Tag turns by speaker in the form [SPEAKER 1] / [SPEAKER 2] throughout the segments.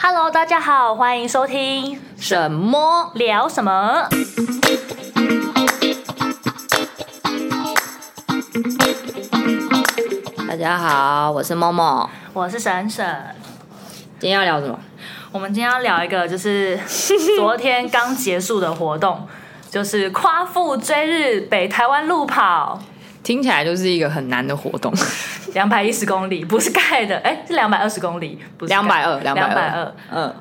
[SPEAKER 1] Hello，大家好，欢迎收听
[SPEAKER 2] 什么？
[SPEAKER 1] 聊什么。
[SPEAKER 2] 大家好，我是默默。
[SPEAKER 1] 我是沈沈，
[SPEAKER 2] 今天要聊什么？
[SPEAKER 1] 我们今天要聊一个，就是昨天刚结束的活动， 就是夸父追日北台湾路跑，
[SPEAKER 2] 听起来就是一个很难的活动。
[SPEAKER 1] 两百一十公里，不是盖的，哎，是两百二十公里，不是盖
[SPEAKER 2] 两百二，
[SPEAKER 1] 两
[SPEAKER 2] 百
[SPEAKER 1] 百二。
[SPEAKER 2] 嗯，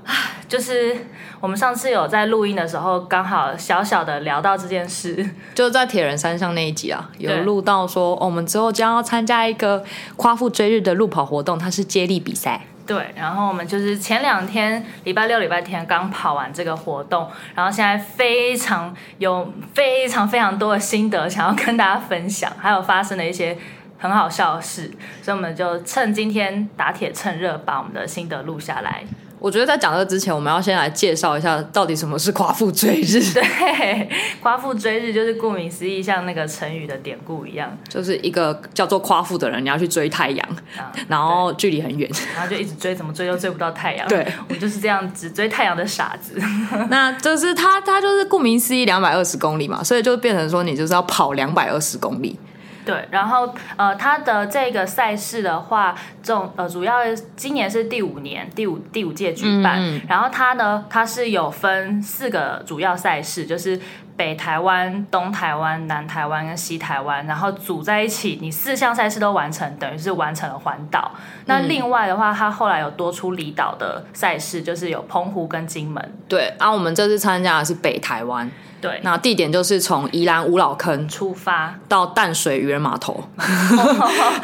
[SPEAKER 1] 就是我们上次有在录音的时候，刚好小小的聊到这件事，
[SPEAKER 2] 就是在铁人三项那一集啊，有
[SPEAKER 1] 对
[SPEAKER 2] 录到说、哦我们之后将要参加一个夸父追日的路跑活动，它是接力比赛。
[SPEAKER 1] 对，然后我们就是前两天礼拜六、礼拜天刚跑完这个活动，然后现在非常有非常非常多的心得想要跟大家分享，还有发生的一些很好笑的事，所以我们就趁今天打铁趁热把我们的心得录下来。
[SPEAKER 2] 我觉得在讲这之前，我们要先来介绍一下到底什么是夸父追日，
[SPEAKER 1] 对，夸父追日就是顾名思义，像那个成语的典故一样，
[SPEAKER 2] 就是一个叫做夸父的人，你要去追太阳，
[SPEAKER 1] 啊
[SPEAKER 2] 然后距离很远。
[SPEAKER 1] 然后就一直追，怎么追都追不到太阳。
[SPEAKER 2] 对，
[SPEAKER 1] 我们就是这样只追太阳的傻子。
[SPEAKER 2] 那就是它，它就是顾名思义，两百二十公里嘛，所以就变成说你就是要跑两百二十公里。
[SPEAKER 1] 对，然后呃，它的这个赛事的话，总呃主要今年是第五年，第五第五届举办。
[SPEAKER 2] 嗯
[SPEAKER 1] 然后它呢，它是有分四个主要赛事，就是北台湾、东台湾、南台湾跟西台湾，然后组在一起，你四项赛事都完成，等于是完成了环岛。
[SPEAKER 2] 嗯
[SPEAKER 1] 那另外的话，它后来有多出离岛的赛事，就是有澎湖跟金门。
[SPEAKER 2] 对，啊，我们这次参加的是北台湾，
[SPEAKER 1] 对，
[SPEAKER 2] 那地点就是从宜兰五老坑
[SPEAKER 1] 出发。
[SPEAKER 2] 到淡水渔人码头，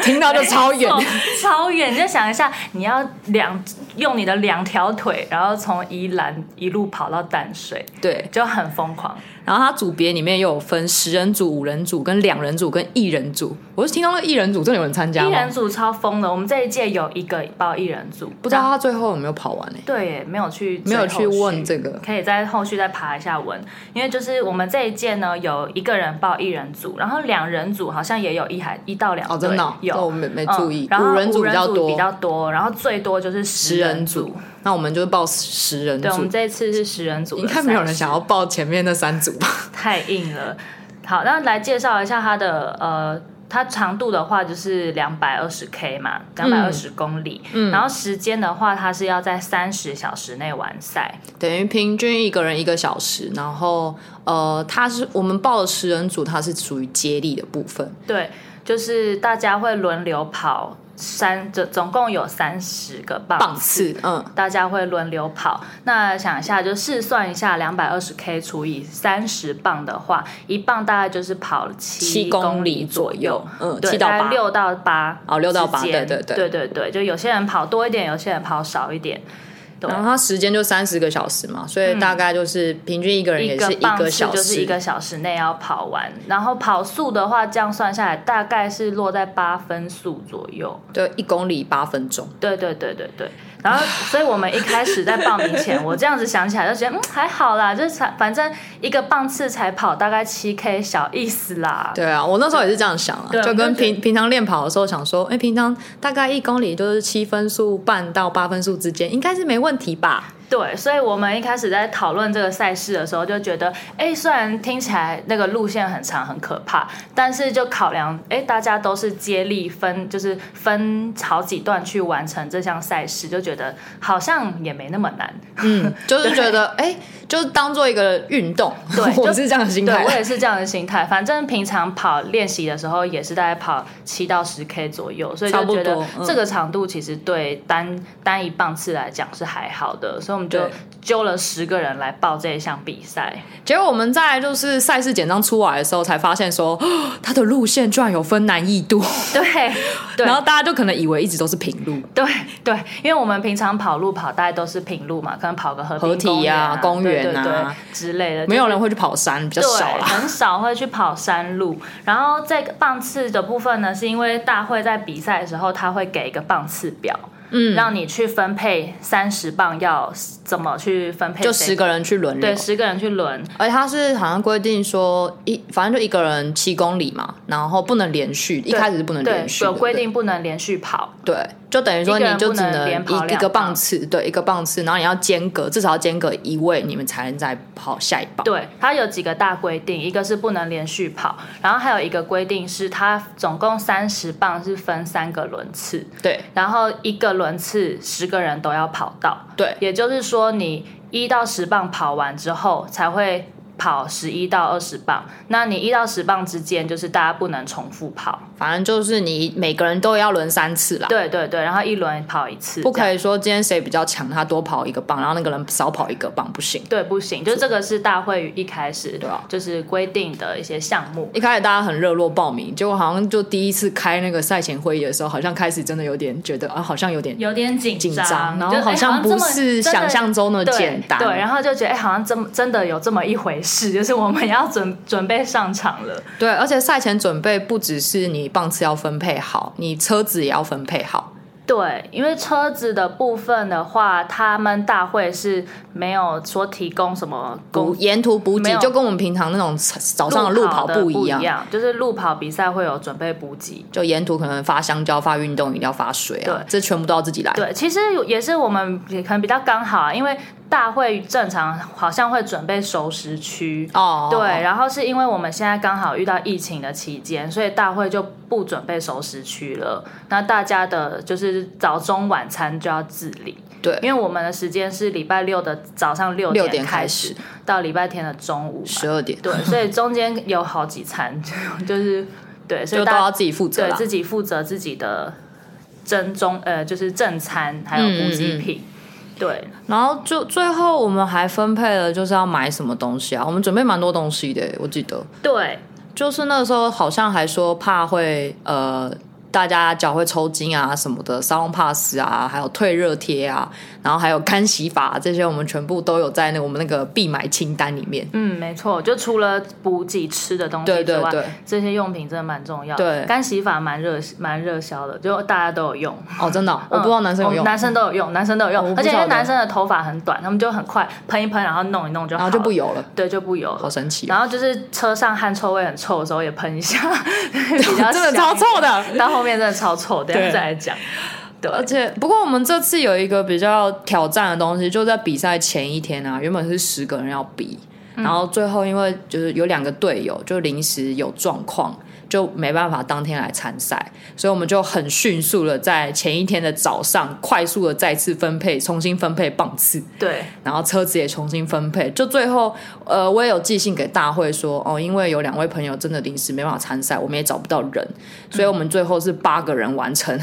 [SPEAKER 2] 听到就超远。
[SPEAKER 1] 没错，超远。你就想一下，你要两用你的两条腿，然后从宜兰一路跑到淡水，
[SPEAKER 2] 对，
[SPEAKER 1] 就很疯狂。
[SPEAKER 2] 然后它组别里面又有分十人组、五人组、跟两人组、跟一人组。我是听到那个一人组，真的有人参加
[SPEAKER 1] 一人
[SPEAKER 2] 吗？
[SPEAKER 1] 组超疯的，我们这一届有一个报一人组，
[SPEAKER 2] 不知道他最后有没有跑完呢、欸
[SPEAKER 1] 对耶，没有去
[SPEAKER 2] 没有
[SPEAKER 1] 追
[SPEAKER 2] 去
[SPEAKER 1] 后续
[SPEAKER 2] 问这个
[SPEAKER 1] 可以在后续再爬一下文，因为就是我们这一届呢有一个人报一人组，然后两人组好像也有一还一到两
[SPEAKER 2] 哦，
[SPEAKER 1] 队
[SPEAKER 2] 真的哦、
[SPEAKER 1] 有。
[SPEAKER 2] 这我没没注意
[SPEAKER 1] 嗯。然后
[SPEAKER 2] 五人组
[SPEAKER 1] 比
[SPEAKER 2] 比较多，
[SPEAKER 1] 多然后最多就是十
[SPEAKER 2] 十人
[SPEAKER 1] 组
[SPEAKER 2] 组。那我们就是报十人
[SPEAKER 1] 对，我们
[SPEAKER 2] 组。
[SPEAKER 1] 这一次是十人组的
[SPEAKER 2] 应
[SPEAKER 1] 赛事，
[SPEAKER 2] 该没有人想要报前面那三组吧？
[SPEAKER 1] 太硬了。好，那来介绍一下它的呃，它长度的话就是两百二十 K 嘛，两百二十公里。然后时间的话，它是要在三十小时内完赛。
[SPEAKER 2] 等于平均一个人一个小时，然后呃，他是我们报的十人组，它是属于接力的部分。
[SPEAKER 1] 对，就是大家会轮流跑三，这总共有三十个棒
[SPEAKER 2] 棒次，嗯，
[SPEAKER 1] 大家会轮流跑。那想一下，就试算一下，两百二十 K 除以三十磅的话，一磅大概就是跑七
[SPEAKER 2] 七
[SPEAKER 1] 公
[SPEAKER 2] 公里
[SPEAKER 1] 左
[SPEAKER 2] 左
[SPEAKER 1] 右
[SPEAKER 2] 右，嗯
[SPEAKER 1] 对，
[SPEAKER 2] 七到
[SPEAKER 1] 大概
[SPEAKER 2] 八
[SPEAKER 1] 六到八，
[SPEAKER 2] 哦六到八
[SPEAKER 1] 之间
[SPEAKER 2] 对对
[SPEAKER 1] 对
[SPEAKER 2] 对
[SPEAKER 1] 对对，就有些人跑多一点，有些人跑少一点，对
[SPEAKER 2] 然后它时间就三十个小时嘛，所以大概就是平均一个人也是
[SPEAKER 1] 个棒
[SPEAKER 2] 个
[SPEAKER 1] 次
[SPEAKER 2] 小
[SPEAKER 1] 就是
[SPEAKER 2] 时，
[SPEAKER 1] 嗯一个小时内要跑完，然后跑速的话，这样算下来大概是落在八分速左右。
[SPEAKER 2] 就一公里八分钟。
[SPEAKER 1] 对对对对对。然后，所以我们一开始在报名前，我这样子想起来就觉得，嗯，还好啦，就是才反正一个棒次才跑大概七 K，小意思啦。
[SPEAKER 2] 对啊，我那时候也是这样想啊，
[SPEAKER 1] 对
[SPEAKER 2] 就
[SPEAKER 1] 我
[SPEAKER 2] 跟
[SPEAKER 1] 就觉得
[SPEAKER 2] 平平常练跑的时候想说，哎，平常大概一公里就是七分速半到八分速之间，应该是没问题吧？
[SPEAKER 1] 对，所以我们一开始在讨论这个赛事的时候，就觉得，哎，虽然听起来那个路线很长很可怕，但是就考量，哎，大家都是接力分，就是分好几段去完成这项赛事，就觉得好像也没那么难。
[SPEAKER 2] 嗯， 就是觉得哎，就是当做一个运 动，
[SPEAKER 1] 对
[SPEAKER 2] 我
[SPEAKER 1] 就是
[SPEAKER 2] 这样的心态
[SPEAKER 1] 对我。也是这样的心态。反正平常跑练习的时候也是大概跑七到十 K 左右，所以
[SPEAKER 2] 差
[SPEAKER 1] 就
[SPEAKER 2] 不
[SPEAKER 1] 觉得
[SPEAKER 2] 多嗯
[SPEAKER 1] 这个长度其实对单、单一棒次来讲是还好的，所以我们就
[SPEAKER 2] 对
[SPEAKER 1] 揪了十个人来报这一项比赛。
[SPEAKER 2] 结果我们在就是赛事简章出来的时候，才发现说，哦它的路线居然有分难易 度，
[SPEAKER 1] 对对
[SPEAKER 2] 然后大家就可能以为一直都是平路，
[SPEAKER 1] 对对，因为我们平常跑路跑大概都是平路嘛，可能跑个河
[SPEAKER 2] 河
[SPEAKER 1] 滨
[SPEAKER 2] 堤
[SPEAKER 1] 公园
[SPEAKER 2] 啊公园
[SPEAKER 1] 对对对
[SPEAKER 2] 啊
[SPEAKER 1] 之类的，
[SPEAKER 2] 没有
[SPEAKER 1] 就是
[SPEAKER 2] 人会去跑山，比较
[SPEAKER 1] 对，
[SPEAKER 2] 少啦。
[SPEAKER 1] 很少会去跑山路。然后这个棒次的部分呢，是因为大会在比赛的时候，他会给一个棒次表，嗯，让你去分配三十磅要怎么去分配谁，
[SPEAKER 2] 就十个人去轮流
[SPEAKER 1] 对，十个人去轮，
[SPEAKER 2] 而且它是好像规定说一，反正就一个人七公里嘛，然后不能连续，一开始是不能
[SPEAKER 1] 对
[SPEAKER 2] 连，续的，
[SPEAKER 1] 有规
[SPEAKER 2] 对
[SPEAKER 1] 定不能连续跑，
[SPEAKER 2] 对，就等于说
[SPEAKER 1] 一个
[SPEAKER 2] 你
[SPEAKER 1] 人
[SPEAKER 2] 就
[SPEAKER 1] 不
[SPEAKER 2] 只
[SPEAKER 1] 能连跑
[SPEAKER 2] 一一
[SPEAKER 1] 两
[SPEAKER 2] 个棒
[SPEAKER 1] 棒
[SPEAKER 2] 次，对，一个棒次，然后你要间隔至少要间隔一位，你们才能再跑下一棒。
[SPEAKER 1] 对，它有几个大规定，一个是不能连续跑，然后还有一个规定是它总共三十磅是分三个轮次，
[SPEAKER 2] 对
[SPEAKER 1] 然后一个轮次十个人都要跑到，
[SPEAKER 2] 对
[SPEAKER 1] 也就是说你一到十磅跑完之后才会。跑十一到二十磅，那你一到十磅之间，就是大家不能重复跑。
[SPEAKER 2] 反正就是你每个人都要轮三次啦，
[SPEAKER 1] 对对对，然后一轮跑一次，
[SPEAKER 2] 不
[SPEAKER 1] 这样
[SPEAKER 2] 可以说今天谁比较强，他多跑一个棒，然后那个人少跑一个棒，不行。
[SPEAKER 1] 对，不行，就这个是大会一开始
[SPEAKER 2] 对啊
[SPEAKER 1] 就是规定的一些项目。
[SPEAKER 2] 一开始大家很热络报名，结果好像就第一次开那个赛前会议的时候，好像开始真的有点觉得啊，好像有点
[SPEAKER 1] 有点紧
[SPEAKER 2] 紧
[SPEAKER 1] 张，
[SPEAKER 2] 张，然
[SPEAKER 1] 就
[SPEAKER 2] 后
[SPEAKER 1] 哎好这
[SPEAKER 2] 像不
[SPEAKER 1] 么
[SPEAKER 2] 是
[SPEAKER 1] 真的
[SPEAKER 2] 想象中的
[SPEAKER 1] 对
[SPEAKER 2] 简单。
[SPEAKER 1] 对，然后就觉得哎、好像真真的有这么一回事， 就是我们要准准备上场了。
[SPEAKER 2] 对，而且赛前准备不只是你棒次要分配好，你车子也要分配好。
[SPEAKER 1] 对，因为车子的部分的话，他们大会是没有说提供什么
[SPEAKER 2] 补
[SPEAKER 1] 公
[SPEAKER 2] 沿途补
[SPEAKER 1] 没
[SPEAKER 2] 给
[SPEAKER 1] 有
[SPEAKER 2] 就跟我们平常那种早上的路跑
[SPEAKER 1] 的
[SPEAKER 2] 不
[SPEAKER 1] 一
[SPEAKER 2] 一样，
[SPEAKER 1] 就是路跑比赛会有准备补给。
[SPEAKER 2] 就沿途可能发香蕉、发运动饮料、发水啊
[SPEAKER 1] 对，
[SPEAKER 2] 这全部都要自己来。
[SPEAKER 1] 对，其实有也是我们可能比较刚好、啊，因为大会正常好像会准备熟食区。
[SPEAKER 2] 哦，
[SPEAKER 1] 对，然后是因为我们现在刚好遇到疫情的期间，所以大会就不准备熟食区了。那大家的就是早中晚餐就要自理，
[SPEAKER 2] 对，
[SPEAKER 1] 因为我们的时间是礼拜六的早上六
[SPEAKER 2] 六点
[SPEAKER 1] 开
[SPEAKER 2] 开始，
[SPEAKER 1] 到礼拜天的中午嘛。
[SPEAKER 2] 十二点，
[SPEAKER 1] 对，所以中间有好几餐， 就是对，所以
[SPEAKER 2] 就都
[SPEAKER 1] 大家
[SPEAKER 2] 要自己负责
[SPEAKER 1] 对
[SPEAKER 2] 啦。
[SPEAKER 1] 自己负责自己的正中呃，就是正餐还有补给
[SPEAKER 2] 嗯
[SPEAKER 1] 品。对，
[SPEAKER 2] 然后就最后我们还分配了就是要买什么东西啊，我们准备蛮多东西的，我记得
[SPEAKER 1] 对，
[SPEAKER 2] 就是那时候好像还说怕会呃。大家脚会抽筋啊什么的，沙龙 pass 啊，还有退热贴啊，然后还有干洗法、这些，我们全部都有在那我们那个必买清单里面。
[SPEAKER 1] 嗯，没错，就除了补给吃的东西之外，
[SPEAKER 2] 对对对，
[SPEAKER 1] 这些用品真的蛮重要。
[SPEAKER 2] 对
[SPEAKER 1] 干洗法蛮热蛮热销的，就大家都有用。
[SPEAKER 2] 哦，真的哦、我不知道男生有
[SPEAKER 1] 嗯
[SPEAKER 2] 用，哦
[SPEAKER 1] 男生都有用，男生都有
[SPEAKER 2] 我
[SPEAKER 1] 用，
[SPEAKER 2] 不
[SPEAKER 1] 而且因
[SPEAKER 2] 晓
[SPEAKER 1] 为
[SPEAKER 2] 得
[SPEAKER 1] 男生的头发很短，他们就很快喷一喷，然后弄一弄就好
[SPEAKER 2] 然
[SPEAKER 1] 了，
[SPEAKER 2] 后就不油了，
[SPEAKER 1] 对就不油了
[SPEAKER 2] 好。神奇、哦，
[SPEAKER 1] 然后就是车上汗臭味很臭的时候也喷一 下，比较
[SPEAKER 2] 真的
[SPEAKER 1] 香
[SPEAKER 2] 超
[SPEAKER 1] 一
[SPEAKER 2] 臭
[SPEAKER 1] 点
[SPEAKER 2] 的。
[SPEAKER 1] 到后面真的超臭，等一
[SPEAKER 2] 对
[SPEAKER 1] 下再来讲。对，
[SPEAKER 2] 而且，不过我们这次有一个比较挑战的东西，就在比赛前一天啊，原本是十个人要比，然后最后因为就是有两个队友就临时有状况，就没办法当天来参赛，所以我们就很迅速的在前一天的早上快速的再次分配，重新分配棒次，
[SPEAKER 1] 对，
[SPEAKER 2] 然后车子也重新分配，就最后呃，我也有寄信给大会说，哦，因为有两位朋友真的临时没办法参赛，我们也找不到人，所以我们最后是八个人完成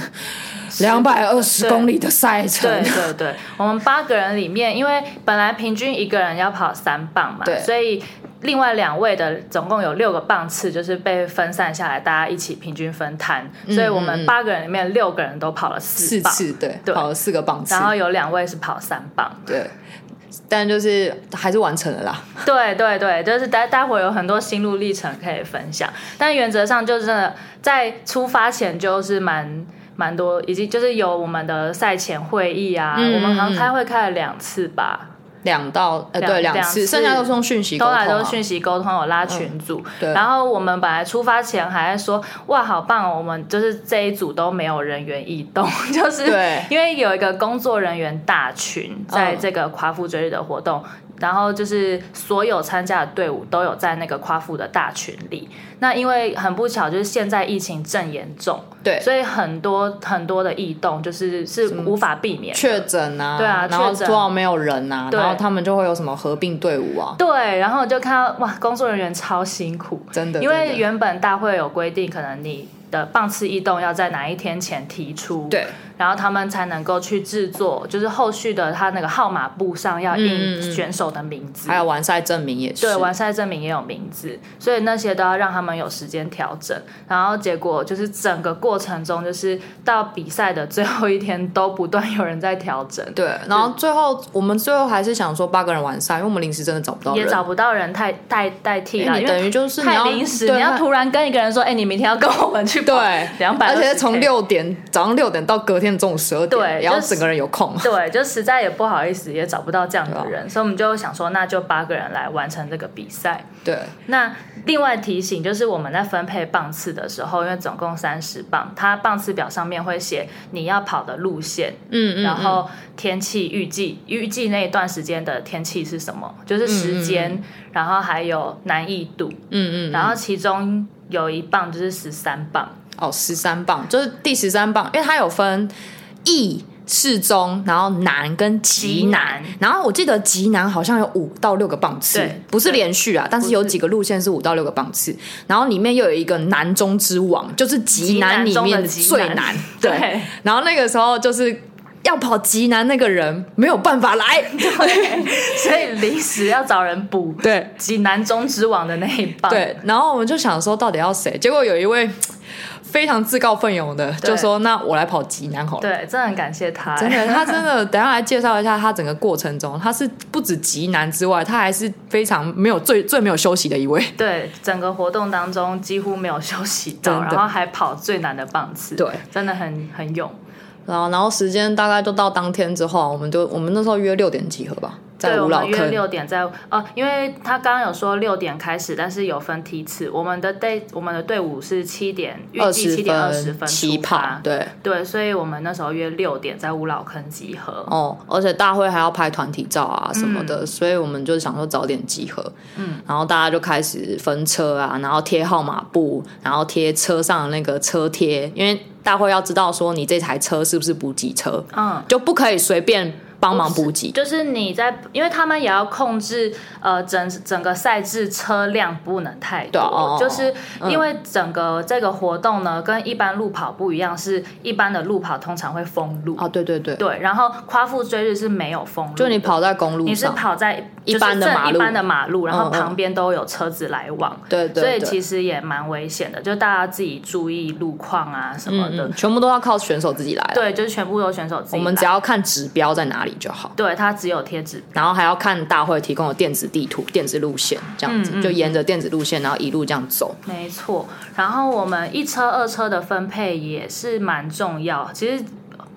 [SPEAKER 2] 两百二
[SPEAKER 1] 嗯
[SPEAKER 2] 十
[SPEAKER 1] 对
[SPEAKER 2] 公里的赛程。
[SPEAKER 1] 对对对，我们八个人里面，因为本来平均一个人要跑三棒嘛
[SPEAKER 2] 对，
[SPEAKER 1] 所以另外两位的总共有六个棒次，就是被分散下来，大家一起平均分摊。所以我
[SPEAKER 2] 嗯嗯
[SPEAKER 1] 们八个人里面六个人都跑了四
[SPEAKER 2] 四
[SPEAKER 1] 棒，
[SPEAKER 2] 次对，
[SPEAKER 1] 对
[SPEAKER 2] 跑了四个棒次
[SPEAKER 1] 然，后有两位是跑三棒。
[SPEAKER 2] 对，但就是还是完成了啦。
[SPEAKER 1] 对对对，就是待待会有很多心路历程可以分享，但原则上就是真的在出发前就是蛮。蛮多，以及就是有我们的赛前会议啊，
[SPEAKER 2] 嗯
[SPEAKER 1] 我们好
[SPEAKER 2] 嗯
[SPEAKER 1] 像
[SPEAKER 2] 嗯
[SPEAKER 1] 开会开了两次吧，
[SPEAKER 2] 两到呃
[SPEAKER 1] 两
[SPEAKER 2] 对
[SPEAKER 1] 两次
[SPEAKER 2] 次，剩下都是用讯息沟
[SPEAKER 1] 都
[SPEAKER 2] 通、
[SPEAKER 1] 来都
[SPEAKER 2] 啊嗯
[SPEAKER 1] 是。讯息沟通，有拉群组。
[SPEAKER 2] 对
[SPEAKER 1] 然后我们本来出发前还在说，哇，好棒、哦！我们就是这一组都没有人员异动， 就是
[SPEAKER 2] 对
[SPEAKER 1] 因为有一个工作人员大群在
[SPEAKER 2] 嗯
[SPEAKER 1] 这个夸父追日的活动。然后就是所有参加的队伍都有在那个夸父的大群里。那因为很不巧，就是现在疫情正严重，
[SPEAKER 2] 对嗯
[SPEAKER 1] 所以很多很多的异动就是是无法避免的。
[SPEAKER 2] 确诊啊，
[SPEAKER 1] 对啊
[SPEAKER 2] 然后
[SPEAKER 1] 确诊
[SPEAKER 2] 突然没有人啊，
[SPEAKER 1] 对
[SPEAKER 2] 然后他们就会有什么合并队伍啊，
[SPEAKER 1] 对，然后我就看到哇，工作人员超辛苦，
[SPEAKER 2] 真的，
[SPEAKER 1] 因
[SPEAKER 2] 真
[SPEAKER 1] 为
[SPEAKER 2] 的
[SPEAKER 1] 原本大会有规定，可能你的棒次异动要在哪一天前提出，，
[SPEAKER 2] 对
[SPEAKER 1] 然后他们才能够去制作，就是后续的他那个号码簿上要
[SPEAKER 2] 嗯嗯
[SPEAKER 1] 印
[SPEAKER 2] 嗯
[SPEAKER 1] 选手的名字，
[SPEAKER 2] 还有完赛证明也是，
[SPEAKER 1] 对，完赛证明也有名字，所以那些都要让他们有时间调整。然后结果就是整个过程中，就是到比赛的最后一天都不断有人在调整，
[SPEAKER 2] 对，然后最后我们最后还是想说八个人完赛，因为我们临时真的找不到人，
[SPEAKER 1] 也找不到人代代代替
[SPEAKER 2] 因
[SPEAKER 1] 了，
[SPEAKER 2] 为
[SPEAKER 1] 因
[SPEAKER 2] 你
[SPEAKER 1] 为
[SPEAKER 2] 等于就是你
[SPEAKER 1] 太
[SPEAKER 2] 要
[SPEAKER 1] 临时，
[SPEAKER 2] 对
[SPEAKER 1] 你要
[SPEAKER 2] 那
[SPEAKER 1] 突然跟一个人说，哎、你明天要跟我们去
[SPEAKER 2] 对，
[SPEAKER 1] 两百，
[SPEAKER 2] 而且从六点早上六点到隔天中午十二点，
[SPEAKER 1] 对
[SPEAKER 2] 然后
[SPEAKER 1] 就是
[SPEAKER 2] 整个人有空。
[SPEAKER 1] 对，就实在也不好意思，也找不到这样的
[SPEAKER 2] 对啊
[SPEAKER 1] 人，所以我们就想说，那就八个人来完成这个比赛。
[SPEAKER 2] 对，
[SPEAKER 1] 那另外提醒就是我们在分配棒次的时候，因为总共三十磅，它棒次表上面会写你要跑的路线，
[SPEAKER 2] 嗯嗯，
[SPEAKER 1] 然
[SPEAKER 2] 嗯
[SPEAKER 1] 后天气预计预计那一段时间的天气是什么，就是时间，然后还有难易度，
[SPEAKER 2] 嗯嗯嗯，
[SPEAKER 1] 然后其中有一棒就是十三棒，
[SPEAKER 2] 哦，十三磅就是第十三磅，因为它有分易、适中，然后难跟极难。
[SPEAKER 1] 极
[SPEAKER 2] 然后我记得极难好像有五到六个棒次
[SPEAKER 1] 对，
[SPEAKER 2] 不是连续啊，但是有几个路线是五到六个棒次。然后里面又有一个难中之王，就是极难里面最
[SPEAKER 1] 极难中的极难
[SPEAKER 2] 对，
[SPEAKER 1] 对
[SPEAKER 2] 然后那个时候就是。要跑极难那个人没有办法来，。
[SPEAKER 1] 所以临时要找人补
[SPEAKER 2] 对，
[SPEAKER 1] 济南中之王的那一棒，
[SPEAKER 2] 对，然后我们就想说到底要谁？结果有一位非常自告奋勇的，
[SPEAKER 1] 对
[SPEAKER 2] 就说：“那我来跑极难好了。”
[SPEAKER 1] 对，真的很感谢他、欸
[SPEAKER 2] 真的，他真的，等一下来介绍一下他整个过程中，他是不止极难之外，他还是非常没有最最没有休息的一位。
[SPEAKER 1] 对，整个活动当中几乎没有休息到，
[SPEAKER 2] 真的
[SPEAKER 1] 然后还跑最难的棒次，
[SPEAKER 2] 对，
[SPEAKER 1] 真的很很勇。
[SPEAKER 2] 然后，然后时间大概就到当天之后，我们就我们那时候约六点集合吧，在
[SPEAKER 1] 对，我
[SPEAKER 2] 五老
[SPEAKER 1] 们
[SPEAKER 2] 坑。
[SPEAKER 1] 约六点在哦、因为他刚刚有说六点开始，但是有分梯次。我们的队我们的队伍是七点，预
[SPEAKER 2] 二
[SPEAKER 1] 计
[SPEAKER 2] 十
[SPEAKER 1] 七点二十分
[SPEAKER 2] 起
[SPEAKER 1] 出
[SPEAKER 2] 跑
[SPEAKER 1] 发，。
[SPEAKER 2] 对
[SPEAKER 1] 对，所以我们那时候约六点在五老坑集合。
[SPEAKER 2] 哦，而且大会还要拍团体照啊什么
[SPEAKER 1] 嗯
[SPEAKER 2] 的，所以我们就想说早点集合，嗯，然后大家就开始分车啊，然后贴号码布，然后贴车上的那个车贴，因为大会要知道说你这台车是不是补给车，
[SPEAKER 1] 嗯，
[SPEAKER 2] 就不可以随便帮忙补给。
[SPEAKER 1] 就是你在，因为他们也要控制呃整整个赛制车辆不能太多，
[SPEAKER 2] 对啊哦哦哦
[SPEAKER 1] 就是因为整个这个活动呢，跟一般路跑不一样，是一般的路跑通常会封路，
[SPEAKER 2] 啊，对对对，
[SPEAKER 1] 哦对，然后夸父追日是没有封路，
[SPEAKER 2] 就你。跑在公路
[SPEAKER 1] 你是
[SPEAKER 2] 上，
[SPEAKER 1] 跑在
[SPEAKER 2] 一般的
[SPEAKER 1] 就是正
[SPEAKER 2] 马路
[SPEAKER 1] 一般的马路，然后
[SPEAKER 2] 嗯嗯
[SPEAKER 1] 旁边都有车子来往，
[SPEAKER 2] 对
[SPEAKER 1] 所以
[SPEAKER 2] 对
[SPEAKER 1] 其
[SPEAKER 2] 对，
[SPEAKER 1] 实也蛮危险的，就大家自己注意路况啊什么的。
[SPEAKER 2] 嗯，全部都要靠选手自己来啊。
[SPEAKER 1] 对，就是全部由选手自己
[SPEAKER 2] 我
[SPEAKER 1] 来。
[SPEAKER 2] 们只要看指标在哪里就好。
[SPEAKER 1] 对他只有贴纸
[SPEAKER 2] 然后还要看大会提供的电子地图、电子路线，这样子、
[SPEAKER 1] 嗯
[SPEAKER 2] 就沿着电子路线，然后一路这样走。
[SPEAKER 1] 没错，然后我们一车、二车的分配也是蛮重要。其实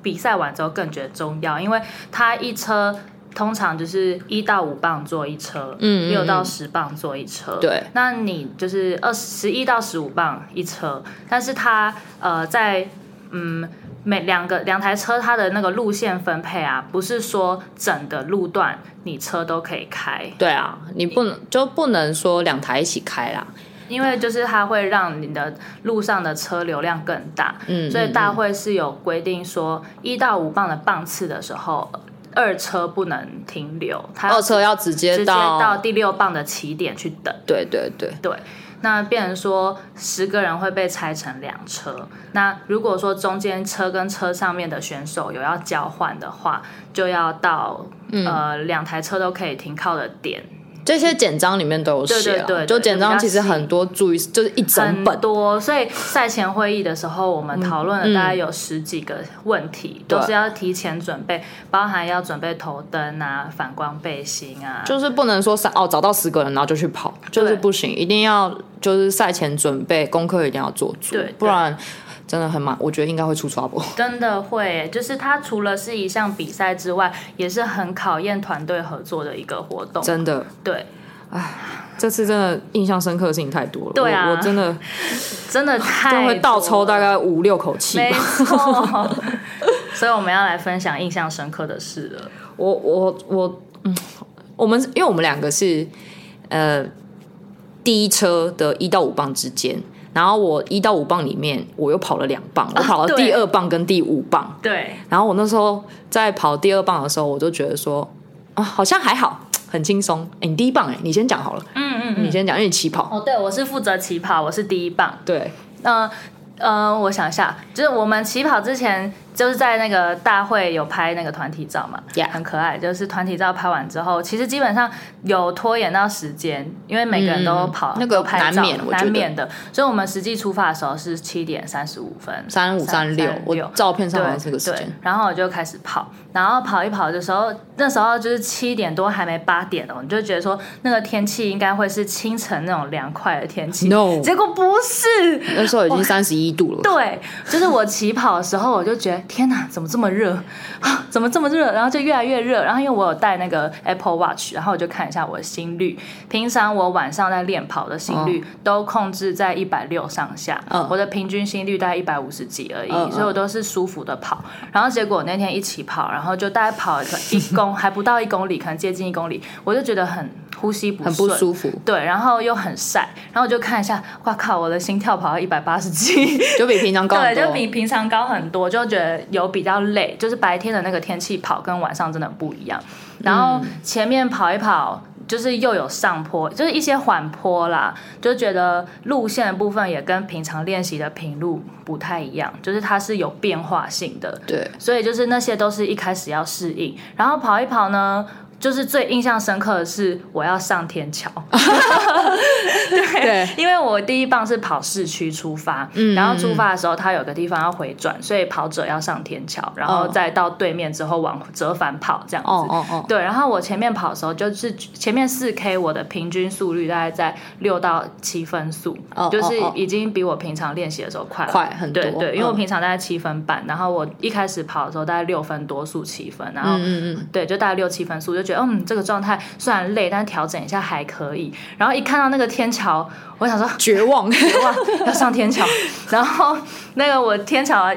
[SPEAKER 1] 比赛完之后更觉得重要，因为它一车通常就是一到五磅坐一车，
[SPEAKER 2] 嗯嗯
[SPEAKER 1] 六到十磅坐一车。
[SPEAKER 2] 对，
[SPEAKER 1] 那你就是二十一到十五磅一车，但是它呃在嗯。每两个两台车，它的那个路线分配啊，不是说整个路段你车都可以开，
[SPEAKER 2] 对啊，你不能就不能说两台一起开啦。
[SPEAKER 1] 因为就是它会让你的路上的车流量更大，
[SPEAKER 2] 嗯
[SPEAKER 1] 所以大会是有规定说，一到五磅的磅次的时候，二车不能停留，它
[SPEAKER 2] 二哦车要直
[SPEAKER 1] 直
[SPEAKER 2] 接
[SPEAKER 1] 接
[SPEAKER 2] 到，
[SPEAKER 1] 到第六磅的起点去等。
[SPEAKER 2] 对对对，
[SPEAKER 1] 对，那变成说十个人会被拆成两车。那如果说中间车跟车上面的选手有要交换的话，就要到、
[SPEAKER 2] 嗯
[SPEAKER 1] 呃两台车都可以停靠的点，
[SPEAKER 2] 这些简章里面都有写啦。
[SPEAKER 1] 对对对对
[SPEAKER 2] 就简章其实很多注意，就是一整
[SPEAKER 1] 很
[SPEAKER 2] 本。嗯
[SPEAKER 1] 多，所以赛前会议的时候，我们讨论了大概有十几个问题，
[SPEAKER 2] 对
[SPEAKER 1] 都是要提前准备，包含要准备头灯啊、反光背心啊。
[SPEAKER 2] 就是不能说三哦找到十个人然后就去跑，就是不行，一定要就是赛前准备功课一定要做足
[SPEAKER 1] 对对，
[SPEAKER 2] 不然真的很麻，我觉得应该会出 trouble。
[SPEAKER 1] 真的会，就是它除了是一项比赛之外，也是很考验团队合作的一个活动。
[SPEAKER 2] 真的，
[SPEAKER 1] 对，
[SPEAKER 2] 这次真的印象深刻的事情太多了，
[SPEAKER 1] 对啊
[SPEAKER 2] 我我真的
[SPEAKER 1] 真的太
[SPEAKER 2] 真的会倒抽
[SPEAKER 1] 多了
[SPEAKER 2] 大概五六口气
[SPEAKER 1] 没
[SPEAKER 2] 吧。
[SPEAKER 1] 错。所以我们要来分享印象深刻的事了。
[SPEAKER 2] 我我我，嗯，我们因为我们两个是呃第一车的一到五磅之间，然后我一到五磅里面我又跑了两磅，我跑了
[SPEAKER 1] 啊对
[SPEAKER 2] 第二磅跟第五磅，
[SPEAKER 1] 对，
[SPEAKER 2] 然后我那时候在跑第二棒的时候，我就觉得说啊，好像还好，很轻松。哎、你第一棒哎、你先讲好了，
[SPEAKER 1] 嗯嗯嗯。
[SPEAKER 2] 你先讲，因为你起跑。
[SPEAKER 1] 哦，对，我是负责起跑，我是第一棒。
[SPEAKER 2] 对，
[SPEAKER 1] 呃呃，我想一下，就是我们起跑之前就是在那个大会有拍那个团体照嘛
[SPEAKER 2] Yeah
[SPEAKER 1] 很可爱。就是团体照拍完之后，其实基本上有拖延到时间，因为每个人都
[SPEAKER 2] 嗯
[SPEAKER 1] 跑、
[SPEAKER 2] 那个
[SPEAKER 1] 都拍照
[SPEAKER 2] 难免我觉得
[SPEAKER 1] 难免的，所以我们实际出发的时候是七点三十五分，
[SPEAKER 2] 三五三六，我
[SPEAKER 1] 六。
[SPEAKER 2] 照片上好
[SPEAKER 1] 对
[SPEAKER 2] 像是这个时
[SPEAKER 1] 对
[SPEAKER 2] 间，，
[SPEAKER 1] 然后我就开始跑，然后跑一跑的时候，那时候就是七点多还没八点哦，你就觉得说那个天气应该会是清晨那种凉快的天气
[SPEAKER 2] No
[SPEAKER 1] 结果不是，
[SPEAKER 2] 那时候已经三十一度了，
[SPEAKER 1] 对，就是我起跑的时候，我就觉得天哪，怎么这么热 啊？怎么这么热？然后就越来越热。然后因为我有带那个 Apple Watch，然后我就看一下我的心率。平常我晚上在练跑的心
[SPEAKER 2] 哦
[SPEAKER 1] 率都控制在一百六上下，
[SPEAKER 2] 嗯
[SPEAKER 1] 我的平均心率大概一百五十几而已，
[SPEAKER 2] 嗯嗯
[SPEAKER 1] 所以我都是舒服的跑。然后结果那天一起跑，然后就大概跑了一公还不到一公里，可能接近一公里，我就觉得很呼吸不
[SPEAKER 2] 很不
[SPEAKER 1] 顺。
[SPEAKER 2] 舒服，
[SPEAKER 1] 对，然后又很晒，然后我就看一下，哇靠，我的心跳跑到一百八十几，
[SPEAKER 2] 就比平常高很
[SPEAKER 1] 对，
[SPEAKER 2] 多。
[SPEAKER 1] 就比平常高很多，就觉得有比较累，就是白天的那个天气跑跟晚上真的不一样。然后前面跑一跑，就是又有上坡，就是一些缓坡啦，就觉得路线的部分也跟平常练习的平路不太一样，就是它是有变化性的。
[SPEAKER 2] 对，
[SPEAKER 1] 所以就是那些都是一开始要适应，然后跑一跑呢，就是最印象深刻的是我要上天桥，
[SPEAKER 2] 对，
[SPEAKER 1] 因为我第一棒是跑市区出发，
[SPEAKER 2] 嗯
[SPEAKER 1] 然后出发的时候它有个地方要回转，所以跑者要上天桥，然后
[SPEAKER 2] 哦
[SPEAKER 1] 再到对面之后往折返跑这样子。
[SPEAKER 2] 哦哦哦，
[SPEAKER 1] 对，然后我前面跑的时候，就是前面四 K 我的平均速率大概在六到七分速，
[SPEAKER 2] 哦
[SPEAKER 1] 就是
[SPEAKER 2] 哦哦
[SPEAKER 1] 已经比我平常练习的时候快了
[SPEAKER 2] 快很多
[SPEAKER 1] 对对，因为我
[SPEAKER 2] 嗯
[SPEAKER 1] 平常大概七分半，然后我一开始跑的时候大概六分多速七分，然后
[SPEAKER 2] 嗯嗯嗯，
[SPEAKER 1] 对，就大概六七分速，就觉得嗯，这个状态虽然累，但调整一下还可以。然后一看到那个天桥，我 想说
[SPEAKER 2] 绝望，
[SPEAKER 1] 哇，要上天桥。然后那个我天桥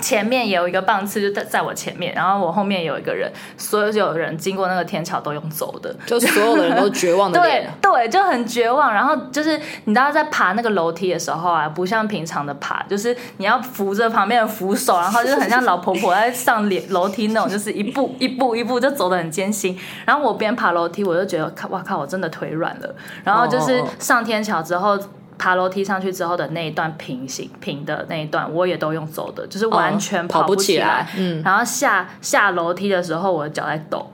[SPEAKER 1] 前面也有一个棒次，就在在我前面，然后我后面有一个人，所有人经过那个天桥都用走的。
[SPEAKER 2] 就所有的人都绝 望的
[SPEAKER 1] 对
[SPEAKER 2] 脸。啊
[SPEAKER 1] 对，就很绝望。然后就是你知道，在爬那个楼梯的时候啊，不像平常的爬，就是你要扶着旁边的扶手，然后就是很像老婆婆在上楼楼梯那种，就是一 步一步一步就走得很艰辛。然后我边爬楼梯，我就觉得，靠哇靠，我真的腿软了。然后就是
[SPEAKER 2] 哦哦
[SPEAKER 1] 上天桥之后。爬楼梯上去之后的那一段平行平的那一段，我也都用走的，就是完全
[SPEAKER 2] 哦跑
[SPEAKER 1] 不
[SPEAKER 2] 不起
[SPEAKER 1] 来
[SPEAKER 2] 来。嗯
[SPEAKER 1] 然后下下楼梯的时候，我的脚在抖。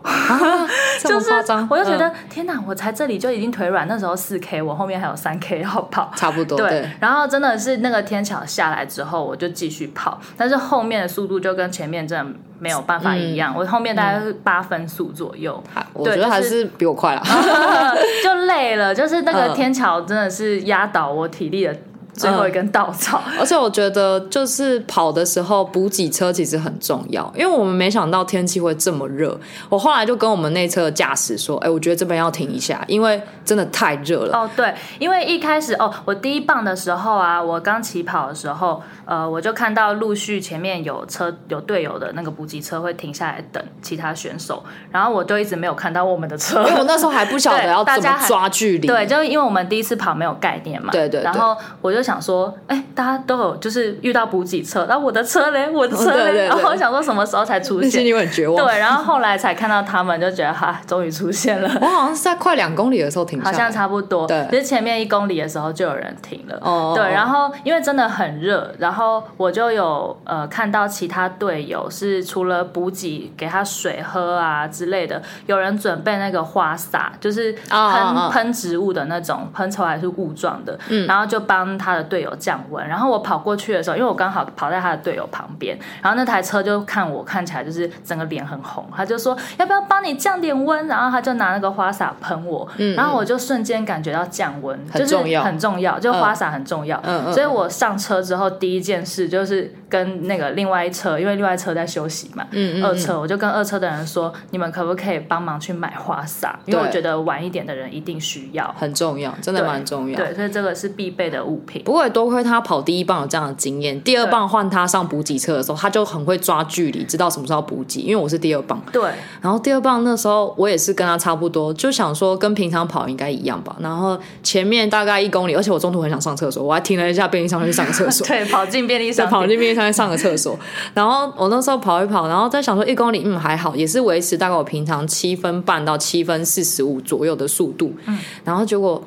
[SPEAKER 2] 这
[SPEAKER 1] 就
[SPEAKER 2] 么
[SPEAKER 1] 是
[SPEAKER 2] 夸张，
[SPEAKER 1] 我就觉得、
[SPEAKER 2] 嗯
[SPEAKER 1] 天哪，我才这里就已经腿软，那时候四 K，我后面还有三 K 要跑。
[SPEAKER 2] 差不多，
[SPEAKER 1] 对
[SPEAKER 2] 对，，
[SPEAKER 1] 然后真的是那个天桥下来之后，我就继续跑，但是后面的速度就跟前面真的没有办法一样，
[SPEAKER 2] 嗯
[SPEAKER 1] 我后面大概是八分速左右，
[SPEAKER 2] 还我
[SPEAKER 1] 对
[SPEAKER 2] 觉
[SPEAKER 1] 就
[SPEAKER 2] 得还
[SPEAKER 1] 是嗯
[SPEAKER 2] 是比我快了。
[SPEAKER 1] 就累了，就是那个
[SPEAKER 2] 嗯
[SPEAKER 1] 天桥真的是压倒我体力的最后一根稻草。
[SPEAKER 2] 而且我觉得，就是跑的时候补给车其实很重要，因为我们没想到天气会这么热。我后来就跟我们内侧的驾驶说：“哎、我觉得这边要停一下，因为真的太热了。
[SPEAKER 1] 哦，对，因为一开始哦，我第一棒的时候啊，我刚起跑的时候，呃，我就看到陆续前面有车有队友的那个补给车会停下来等其他选手，然后我就一直没有看到我们的车。
[SPEAKER 2] 因为我那时候还不晓得
[SPEAKER 1] 对
[SPEAKER 2] 要
[SPEAKER 1] 大
[SPEAKER 2] 怎
[SPEAKER 1] 家
[SPEAKER 2] 么
[SPEAKER 1] 还
[SPEAKER 2] 抓距离，
[SPEAKER 1] 对，就因为我们第一次跑没有概念嘛，
[SPEAKER 2] 对对对
[SPEAKER 1] 然后我就想说，哎，大家都有就是遇到补给车，然后我的车嘞，我的车嘞，
[SPEAKER 2] 哦对对对
[SPEAKER 1] 然后我想说什么时候才出
[SPEAKER 2] 内心
[SPEAKER 1] 现？
[SPEAKER 2] 里会很绝望。
[SPEAKER 1] 对，然后后来才看到他们，就觉得哈、终于出现 了。
[SPEAKER 2] 我好像是在快两公里的时候停下
[SPEAKER 1] 好
[SPEAKER 2] 来，
[SPEAKER 1] 像差不多，
[SPEAKER 2] 对
[SPEAKER 1] 就是前面一公里的时候就有人停了，
[SPEAKER 2] 哦
[SPEAKER 1] 对，
[SPEAKER 2] 哦
[SPEAKER 1] 然后因为真的很热，然后我就有呃看到其他队友是除了补给给他水喝啊之类的，有人准备那个花洒，就是喷、
[SPEAKER 2] 哦哦哦
[SPEAKER 1] 喷植物的那种，喷出来是雾状的，
[SPEAKER 2] 嗯
[SPEAKER 1] 然后就帮他的队友降温。然后我跑过去的时候，因为我刚好跑在他的队友旁边，然后那台车就看我看起来就是整个脸很红，他就说要不要帮你降点温，然后他就拿那个花洒喷我，然后我就瞬间感觉到降温，
[SPEAKER 2] 嗯很
[SPEAKER 1] 就是
[SPEAKER 2] 重要
[SPEAKER 1] 很重要，就花洒很重要。
[SPEAKER 2] 嗯嗯
[SPEAKER 1] 所以我上车之后第一件事就是跟那个另外一车，因为另外一车在休息嘛，
[SPEAKER 2] 嗯嗯嗯
[SPEAKER 1] 二车我就跟二车的人说，你们可不可以帮忙去买花洒？因为我
[SPEAKER 2] 对
[SPEAKER 1] 觉得晚一点的人一定需要。
[SPEAKER 2] 很重要，真的
[SPEAKER 1] 对
[SPEAKER 2] 蛮重要。
[SPEAKER 1] 对，所以这个是必备的物品。
[SPEAKER 2] 不过也多亏他跑第一棒有这样的经验，第二棒换他上补给车的时候，他就很会抓距离，知道什么时候补给。因为我是第二棒，
[SPEAKER 1] 对，
[SPEAKER 2] 然后第二棒那时候我也是跟他差不多，就想说跟平常跑应该一样吧。然后前面大概一公里，而且我中途很想上厕所，我还停了一下便利商店去上个厕所。
[SPEAKER 1] 对，跑进便利
[SPEAKER 2] 在
[SPEAKER 1] 商
[SPEAKER 2] 跑
[SPEAKER 1] 店，
[SPEAKER 2] 进便利商店上个厕所，然后我那时候跑一跑，然后在想说一公里，嗯，还好，也是维持大概我平常七分半到七分四十五左右的速度，嗯，然后结果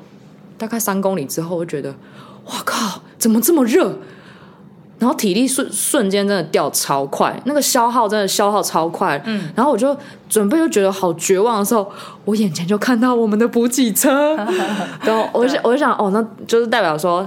[SPEAKER 2] 大概三公里之后，我就觉得，哇靠，怎么这么热？然后体力瞬瞬间真的掉超快，那个消耗真的消耗超快。嗯，然后我就准备就觉得好绝望的时候，我眼前就看到我们的补给车，然后我就我就想，哦，那就是代表说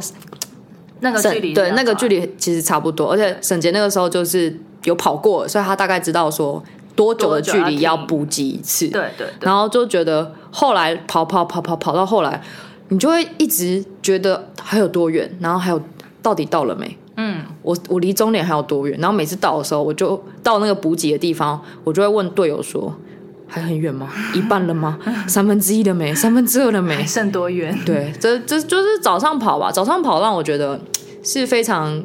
[SPEAKER 1] 那个距离
[SPEAKER 2] 对那个距
[SPEAKER 1] 离
[SPEAKER 2] 离其实差不多，而且沈杰那个时候就是有跑过，所以他大概知道说多久的距离要补给一次。
[SPEAKER 1] 对对对，
[SPEAKER 2] 然后就觉得后来跑跑跑跑跑到后来，你就会一直觉得还有多远，然后还有到底到了没？
[SPEAKER 1] 嗯，
[SPEAKER 2] 我我离终点还有多远？然后每次到的时候，我就到那个补给的地方，我就会问队友说：“还很远吗？一半了吗？三分之一了没？三分之二了没？”
[SPEAKER 1] 剩多远？
[SPEAKER 2] 对，这这就是早上跑吧，早上跑让我觉得是非常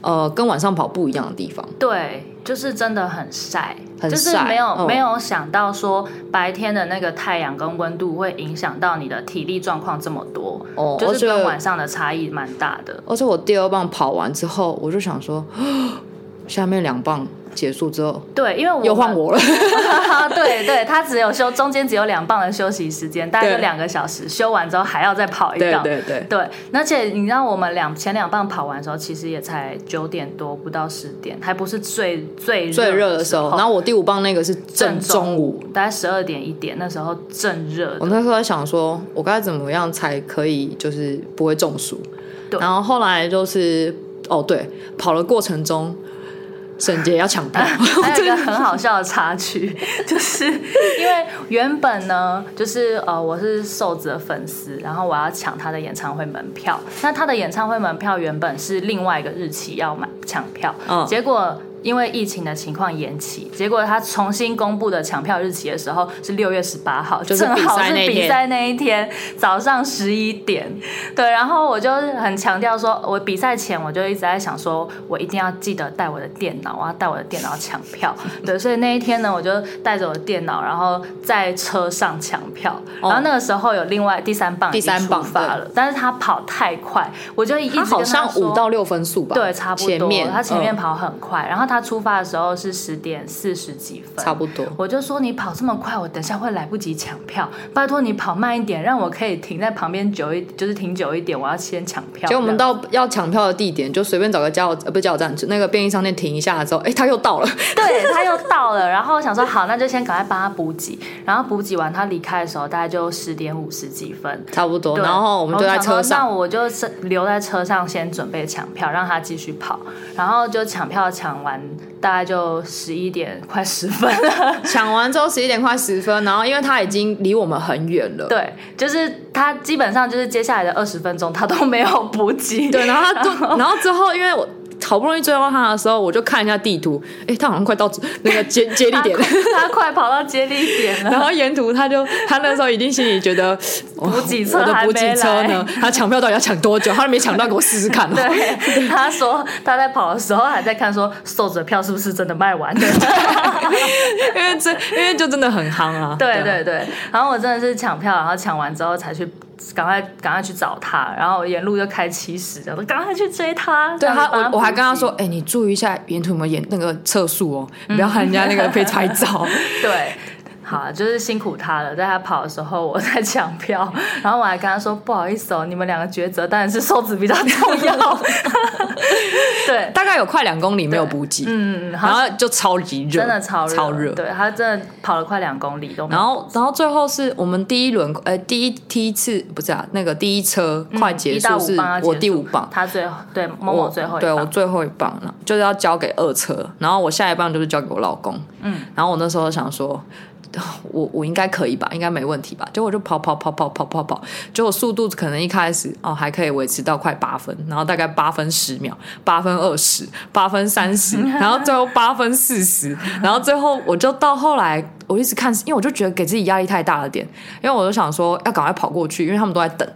[SPEAKER 2] 呃跟晚上跑不一样的地方。
[SPEAKER 1] 对，就是真的很晒，
[SPEAKER 2] 很
[SPEAKER 1] 就是
[SPEAKER 2] 晒
[SPEAKER 1] 没有、
[SPEAKER 2] 嗯
[SPEAKER 1] 没有想到说白天的那个太阳跟温度会影响到你的体力状况这么多，
[SPEAKER 2] 哦
[SPEAKER 1] 就
[SPEAKER 2] 而
[SPEAKER 1] 是
[SPEAKER 2] 且
[SPEAKER 1] 跟晚上的差异蛮大的。
[SPEAKER 2] 而且我第二棒跑完之后，我就想说， 下面两棒结束之后
[SPEAKER 1] 对，因为我
[SPEAKER 2] 又换
[SPEAKER 1] 们
[SPEAKER 2] 我了，
[SPEAKER 1] 对 对，他只有休中间只有两磅的休息时间，大概就
[SPEAKER 2] 对
[SPEAKER 1] 两个小时，休完之后还要再跑一道。
[SPEAKER 2] 对对，
[SPEAKER 1] 对而且你知道我们两前两棒跑完的时候，其实也才九点多，不到十点，还不是最最
[SPEAKER 2] 最热的时
[SPEAKER 1] 时
[SPEAKER 2] 候，然
[SPEAKER 1] 后
[SPEAKER 2] 后我第五棒那个是正中午。
[SPEAKER 1] 大概十二点一点，那时候正热
[SPEAKER 2] 我
[SPEAKER 1] 的。
[SPEAKER 2] 那时候在想说，我该怎么样才可以就是不会中暑？
[SPEAKER 1] 对
[SPEAKER 2] 然后后来就是哦，对，跑的过程中，沈杰要 抢跑，
[SPEAKER 1] 还有一个很好笑的插曲， 就是因为原本呢，就是呃，我是瘦子的粉丝，然后我要抢他的演唱会门票。那他的演唱会门票原本是另外一个日期要买抢票，
[SPEAKER 2] 嗯
[SPEAKER 1] 结果。因为疫情的情况延期，结果他重新公布的抢票日期的时候是六月十八号，
[SPEAKER 2] 就是
[SPEAKER 1] 正好
[SPEAKER 2] 比赛
[SPEAKER 1] 是
[SPEAKER 2] 那一天
[SPEAKER 1] 比赛那一天早上十一点。对，然后我就很强调说，我比赛前我就一直在想说，我一定要记得带我的电脑，我要带我的电脑抢票。对，所以那一天呢，我就带着我的电脑，然后在车上抢票。然后那个时候有另外第三棒已经
[SPEAKER 2] 哦第三棒
[SPEAKER 1] 出发了，但是他跑太快，我就一直
[SPEAKER 2] 他好
[SPEAKER 1] 跟他
[SPEAKER 2] 像
[SPEAKER 1] 说
[SPEAKER 2] 五到六分速吧，
[SPEAKER 1] 对，差不多。
[SPEAKER 2] 前面
[SPEAKER 1] 他前面
[SPEAKER 2] 嗯
[SPEAKER 1] 跑很快，然后他出发的时候是十点四十几分，
[SPEAKER 2] 差不多。
[SPEAKER 1] 我就说你跑这么快，我等下会来不及抢票，拜托你跑慢一点，让我可以停在旁边久一，就是停久一点，我要先抢票。
[SPEAKER 2] 结果我们到要抢票的地点，就随便找个加油呃不是加油站，就那个便利商店停一下之后，哎，他又到了，
[SPEAKER 1] 这样 对他又到了，然后我想说好，那就先赶快帮他补给，然后补给完他离开的时候大概就十点五十几分。
[SPEAKER 2] 差不多。
[SPEAKER 1] 对
[SPEAKER 2] 哦然后我们就在车
[SPEAKER 1] 想说那
[SPEAKER 2] 上，
[SPEAKER 1] 我就是留在车上先准备抢票，让他继续跑，然后就抢票抢完，大概就十一点快十分 了。
[SPEAKER 2] 抢完之后十一点快十分，然后因为他已经离我们很远了，
[SPEAKER 1] 对，就是他基本上就是接下来的二十分钟他都没有补给。
[SPEAKER 2] 对，然后 他就，然后之后因为我好不容易追到他的时候，我就看一下地图，哎，他好像快到那 个接接力点了。
[SPEAKER 1] 他快跑到接力点了。
[SPEAKER 2] 然后沿途他就他那时候一定心里觉得补
[SPEAKER 1] 给车
[SPEAKER 2] 我的
[SPEAKER 1] 还
[SPEAKER 2] 补给
[SPEAKER 1] 没
[SPEAKER 2] 车呢，他抢票到底要抢多久？他都没抢到，给我试试看、哦。
[SPEAKER 1] 对，他说他在跑的时候还在看说瘦子的票是不是真的卖完了。
[SPEAKER 2] 因为这因为就真的很夯啊。
[SPEAKER 1] 对
[SPEAKER 2] 啊
[SPEAKER 1] 对对，然后我真的是抢票，然后抢完之后才去。赶快赶快去找他，然后我沿路就开七十，然后赶快去追他。
[SPEAKER 2] 对
[SPEAKER 1] 这样
[SPEAKER 2] 他
[SPEAKER 1] 子帮
[SPEAKER 2] 我我还
[SPEAKER 1] 补
[SPEAKER 2] 跟他
[SPEAKER 1] 给
[SPEAKER 2] 说，，哎、你注意一下沿途有没有演那个测速哦，不要害人家那个被拍照。
[SPEAKER 1] 对，好，就是辛苦他了，在他跑的时候我在抢票， 然后我还跟他说不好意思哦，你们两个抉择当然是瘦子比较重 要。对，
[SPEAKER 2] 大概有快两公里没有补给，
[SPEAKER 1] 嗯，
[SPEAKER 2] 然
[SPEAKER 1] 好，
[SPEAKER 2] 后就超级热，
[SPEAKER 1] 真的超热，
[SPEAKER 2] 超热。
[SPEAKER 1] 对他真的跑了快两公里都没有
[SPEAKER 2] 然后，然后最后是我们第一轮，呃，第一梯次不是啊，那个第一车快结
[SPEAKER 1] 一到
[SPEAKER 2] 束
[SPEAKER 1] 五
[SPEAKER 2] 是
[SPEAKER 1] 棒要
[SPEAKER 2] 我
[SPEAKER 1] 结
[SPEAKER 2] 第
[SPEAKER 1] 束
[SPEAKER 2] 五棒，
[SPEAKER 1] 他最后对某
[SPEAKER 2] 我
[SPEAKER 1] 某最后一
[SPEAKER 2] 对我
[SPEAKER 1] 棒，
[SPEAKER 2] 最后一棒了，就是要交给二车，然后我下一棒就是交给我老公。
[SPEAKER 1] 嗯，
[SPEAKER 2] 然后我那时候想说， 我我应该可以吧，应该没问题吧。结果我就跑跑跑跑跑跑跑，结果速度可能一开始哦还可以维持到快八分，然后大概八分十秒、八分二十、八分三十，然后最后八分四十，然后最后我就到后来。我一直看，因为我就觉得给自己压力太大了点，因为我就想说要赶快跑过去，因为他们都在等。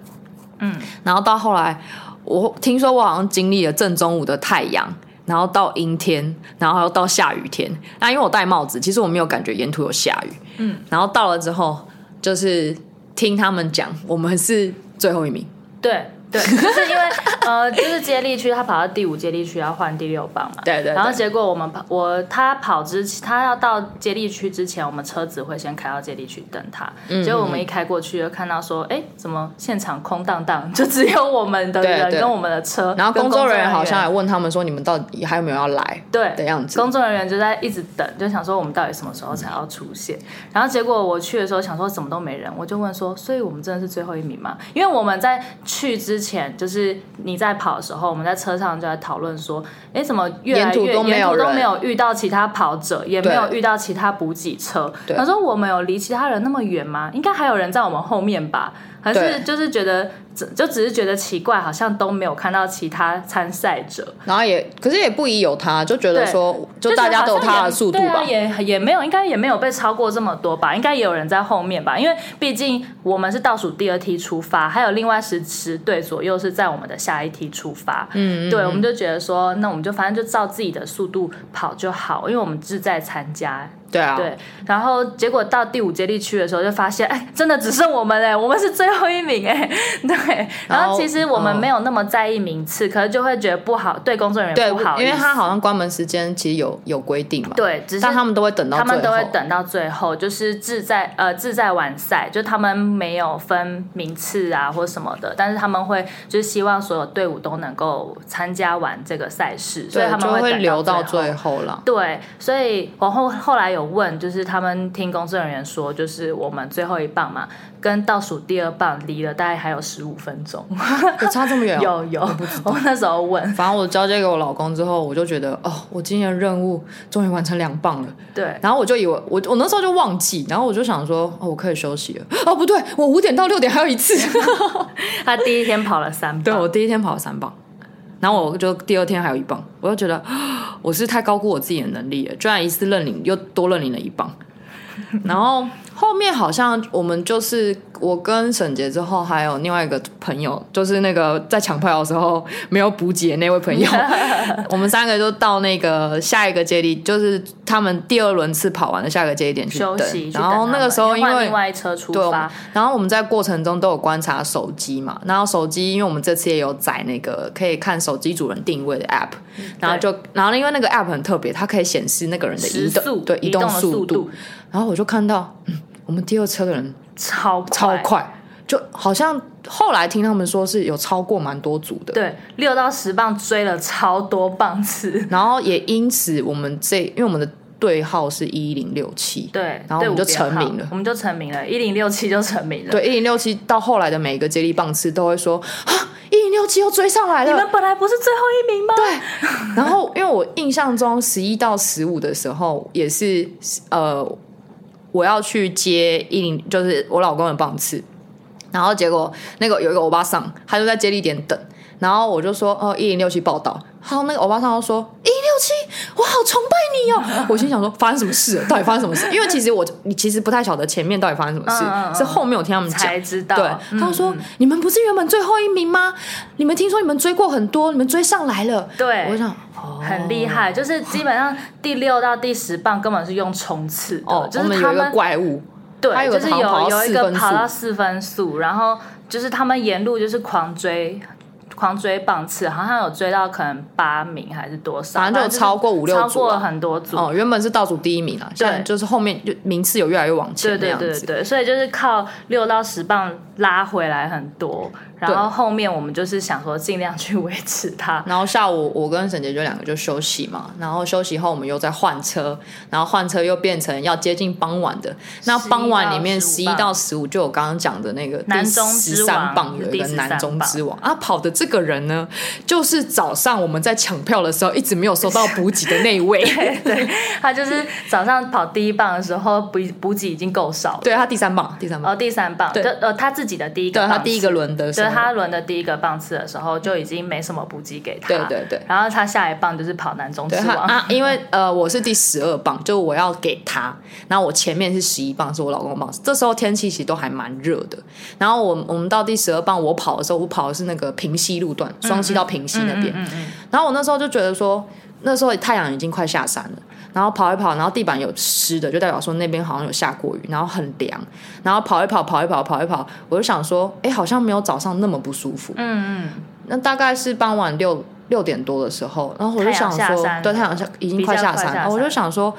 [SPEAKER 1] 嗯
[SPEAKER 2] 然后到后来，我听说我好像经历了正中午的太阳，然后到阴天，然后又到下雨天。那因为我戴帽子，其实我没有感觉沿途有下雨。嗯，然后到了之后，就是听他们讲，我们是最后一名。
[SPEAKER 1] 对对，就是因为呃，就是接力区他跑到第五接力区要换第六棒嘛，
[SPEAKER 2] 对对对
[SPEAKER 1] 然后结果我们跑我他跑之前他要到接力区之前，我们车子会先开到接力区等他。
[SPEAKER 2] 嗯
[SPEAKER 1] 结果我们一开过去就看到说，哎，怎么现场空荡荡，就只有我们的
[SPEAKER 2] 对
[SPEAKER 1] 人
[SPEAKER 2] 对
[SPEAKER 1] 跟我们的车，
[SPEAKER 2] 然后
[SPEAKER 1] 跟
[SPEAKER 2] 工
[SPEAKER 1] 作
[SPEAKER 2] 作人员
[SPEAKER 1] 员
[SPEAKER 2] 好像还问他们说：“你们到底还有没有要来
[SPEAKER 1] 对
[SPEAKER 2] 的样子
[SPEAKER 1] 工作人员就在一直等，就想说我们到底什么时候才要出现。然后结果我去的时候想说怎么都没人，我就问说，所以我们真的是最后一名吗？因为我们在去之前，就是你在跑的时候，我们在车上就在讨论说，哎，怎么越来
[SPEAKER 2] 沿途
[SPEAKER 1] 越
[SPEAKER 2] 都没有
[SPEAKER 1] 途都
[SPEAKER 2] 人
[SPEAKER 1] 没有遇到其他跑者，也没有
[SPEAKER 2] 对
[SPEAKER 1] 遇到其他补给车。
[SPEAKER 2] 对
[SPEAKER 1] 他说我们有离其他人那么远吗？应该还有人在我们后面吧？还是
[SPEAKER 2] 对
[SPEAKER 1] 就是觉得只就只是觉得奇怪，好像都没有看到其他参赛者。？”
[SPEAKER 2] 然后也可是也不疑有他，就觉得
[SPEAKER 1] 对
[SPEAKER 2] 说就大家都有他的速度吧
[SPEAKER 1] 就是好像。也对啊、也也没有，应该也没有被超过这么多吧，应该也有人在后面吧，因为毕竟我们是倒数第二梯出发，还有另外十十队左右是在我们的下一梯出发，嗯对，我们就觉得说，那我们就反正就照自己的速度跑就好，因为我们志在参加，
[SPEAKER 2] 对啊，
[SPEAKER 1] 对，然后结果到第五接力区的时候，就发现，哎，真的只剩我们哎，我们是最后一名哎， 对。然
[SPEAKER 2] 然
[SPEAKER 1] 后
[SPEAKER 2] 后
[SPEAKER 1] 其实我们
[SPEAKER 2] 嗯
[SPEAKER 1] 没有那么在意名次，可是就会觉得不好，对工作人
[SPEAKER 2] 对
[SPEAKER 1] 员不好，
[SPEAKER 2] 因为他好像关门时间其实有有规定嘛。，
[SPEAKER 1] 对，只是
[SPEAKER 2] 但他们都会等到
[SPEAKER 1] 他
[SPEAKER 2] 最后。
[SPEAKER 1] 们都会等到最后，就是志在呃志在完赛，就他们没有分名次啊或什么的，但是他们会就是希望所有队伍都能够参加完这个赛事，所以他
[SPEAKER 2] 对，
[SPEAKER 1] 们
[SPEAKER 2] 就
[SPEAKER 1] 等
[SPEAKER 2] 留
[SPEAKER 1] 到
[SPEAKER 2] 到
[SPEAKER 1] 最后。
[SPEAKER 2] 最后啦。
[SPEAKER 1] 对，所以我后后来有问，就是他们听工作人员说，就是我们最后一棒嘛，跟倒数第二棒离了大概还有十五分钟，
[SPEAKER 2] 有差这么远哦、
[SPEAKER 1] 有有，我那时候问，
[SPEAKER 2] 反正我交接给我老公之后，我就觉得哦，我今天的任务终于完成两磅了。
[SPEAKER 1] 对，
[SPEAKER 2] 然后我就以为我我那时候就忘记，然后我就想说哦，我可以休息了。哦，不对，我五点到六点还有一次。
[SPEAKER 1] 他第一天跑了三棒，
[SPEAKER 2] 对我第一天跑了三磅，然后我就第二天还有一磅，我就觉得啊我是太高估我自己的能力了，居然一次认领又多认领了一磅。然后后面好像我们就是我跟沈杰之后，还有另外一个朋友，就是那个在抢票的时候没有补给的那位朋 友，我们三个就到那个下一个接力，就是他们第二轮次跑完的下一个接力点去
[SPEAKER 1] 休
[SPEAKER 2] 等。
[SPEAKER 1] 息去等
[SPEAKER 2] 然
[SPEAKER 1] 他们。
[SPEAKER 2] 后那个时候因
[SPEAKER 1] 换
[SPEAKER 2] 为
[SPEAKER 1] 另外一车出
[SPEAKER 2] 对，我们
[SPEAKER 1] 发，
[SPEAKER 2] 然后我们在过程中都有观察手机嘛，然后手机因为我们这次也有载那个可以看手机主人定位的 app，然后
[SPEAKER 1] 嗯
[SPEAKER 2] 就然后因为那个 app 很特别，它可以显示那个人的
[SPEAKER 1] 时
[SPEAKER 2] 移
[SPEAKER 1] 速
[SPEAKER 2] 动对
[SPEAKER 1] 移
[SPEAKER 2] 动
[SPEAKER 1] 的速
[SPEAKER 2] 度，然后我就看到，嗯，我们第二车的人
[SPEAKER 1] 超
[SPEAKER 2] 超
[SPEAKER 1] 快，
[SPEAKER 2] 快，就好像后来听他们说是有超过蛮多组的，
[SPEAKER 1] 对，六到十磅追了超多棒次，
[SPEAKER 2] 然后也因此我们这因为我们的队号是一零六七，
[SPEAKER 1] 对，
[SPEAKER 2] 然后我
[SPEAKER 1] 队
[SPEAKER 2] 们
[SPEAKER 1] 伍
[SPEAKER 2] 就
[SPEAKER 1] 编号
[SPEAKER 2] 成名了
[SPEAKER 1] 我们就成名了，一零六七就成名了。
[SPEAKER 2] 对一零六七到后来的每一个接力棒次都会说啊一零六七又追上来了，
[SPEAKER 1] 你们本来不是最后一名吗？对，
[SPEAKER 2] 然后，因为我印象中十一到十五的时候，也是呃，我要去接一零，就是我老公的棒次，然后结果那个有一个欧巴桑，他就在接力点等，然后我就说哦一零六七报道，然后那个欧巴桑就说一零六七，我好崇拜 你哦，我心想说发生什么事了？到底发生什么事？因为其实我你其实不太晓得前面到底发生什么事，
[SPEAKER 1] 嗯嗯嗯
[SPEAKER 2] 是后面我听他们讲
[SPEAKER 1] 才知道。
[SPEAKER 2] 对，他
[SPEAKER 1] 嗯
[SPEAKER 2] 就说、你们不是原本最后一名吗？你们听说你们追过很多，你们追上来了。
[SPEAKER 1] 对
[SPEAKER 2] 我就想，哦，
[SPEAKER 1] 很厉害，就是基本上第六到第十棒根本是用冲刺的，
[SPEAKER 2] 哦，
[SPEAKER 1] 就
[SPEAKER 2] 我
[SPEAKER 1] 是
[SPEAKER 2] 们有
[SPEAKER 1] 他
[SPEAKER 2] 一个
[SPEAKER 1] 们
[SPEAKER 2] 怪物，他
[SPEAKER 1] 对，
[SPEAKER 2] 有
[SPEAKER 1] 就
[SPEAKER 2] 个
[SPEAKER 1] 是
[SPEAKER 2] 好像跑
[SPEAKER 1] 有
[SPEAKER 2] 到
[SPEAKER 1] 有一
[SPEAKER 2] 四
[SPEAKER 1] 个
[SPEAKER 2] 分
[SPEAKER 1] 跑
[SPEAKER 2] 速
[SPEAKER 1] 到四分速，然后就是他们沿路就是狂追。狂追棒次，好像有追到可能八名还是多少，
[SPEAKER 2] 反正就
[SPEAKER 1] 就是
[SPEAKER 2] 超过五六
[SPEAKER 1] 超
[SPEAKER 2] 组
[SPEAKER 1] 过
[SPEAKER 2] 了
[SPEAKER 1] 很多组。
[SPEAKER 2] 哦，原本是倒数第一名啊，现在就是后面就名次有越来越往
[SPEAKER 1] 对
[SPEAKER 2] 前那
[SPEAKER 1] 对
[SPEAKER 2] 样
[SPEAKER 1] 对
[SPEAKER 2] 子。
[SPEAKER 1] 对，所以就是靠六到十磅拉回来很多，然后后面我们就是想说尽量去维持它。
[SPEAKER 2] 然后下午我跟沈杰就两个就休息嘛，然后休息后我们又再换车，然后换车又变成要接近傍晚的。那傍晚里面十
[SPEAKER 1] 11
[SPEAKER 2] 一
[SPEAKER 1] 到15
[SPEAKER 2] 到十五就我刚刚讲的那个
[SPEAKER 1] 南
[SPEAKER 2] 第
[SPEAKER 1] 中
[SPEAKER 2] 十
[SPEAKER 1] 之王
[SPEAKER 2] 三棒有一
[SPEAKER 1] 第
[SPEAKER 2] 个
[SPEAKER 1] 13
[SPEAKER 2] 南中之王啊，跑的这个人呢，就是早上我们在抢票的时候一直没有收到补给的那一 位，
[SPEAKER 1] 对，他就是早上跑第一棒的时候补补给已经够少了，
[SPEAKER 2] 对他第三棒，第三
[SPEAKER 1] 然
[SPEAKER 2] 棒，
[SPEAKER 1] 后第三棒就
[SPEAKER 2] 对
[SPEAKER 1] 呃他自己的第一个棒
[SPEAKER 2] 对
[SPEAKER 1] 次，
[SPEAKER 2] 他哦第一个轮的时
[SPEAKER 1] 就是
[SPEAKER 2] 候，
[SPEAKER 1] 他轮的第一个棒次的时候就已经没什么补给给他，
[SPEAKER 2] 对对对
[SPEAKER 1] 然后他下一棒就是跑南中之
[SPEAKER 2] 对他
[SPEAKER 1] 王，
[SPEAKER 2] 啊，因为呃，我是第十二磅，就我要给他，然后我前面是十一磅，是我老公的磅。这时候天气其实都还蛮热的。然后我我们到第十二磅，我跑的时候，我跑的是那个平溪路
[SPEAKER 1] 嗯
[SPEAKER 2] 段，双溪到平溪那边。然后我那时候就觉得说，那时候太阳已经快下山了，然后跑一跑，然后地板有湿的，就代表说那边好像有下过雨，然后很凉，然后跑一跑，跑一跑，跑一跑，我就想说，哎，好像没有早上那么不舒服。
[SPEAKER 1] 嗯嗯，
[SPEAKER 2] 那大概是傍晚六六点多的时候，然后我就想
[SPEAKER 1] 太阳下
[SPEAKER 2] 说，
[SPEAKER 1] 山
[SPEAKER 2] 对，太阳下已经快下
[SPEAKER 1] 比较快
[SPEAKER 2] 山，
[SPEAKER 1] 下
[SPEAKER 2] 了，我就
[SPEAKER 1] 山
[SPEAKER 2] 想说。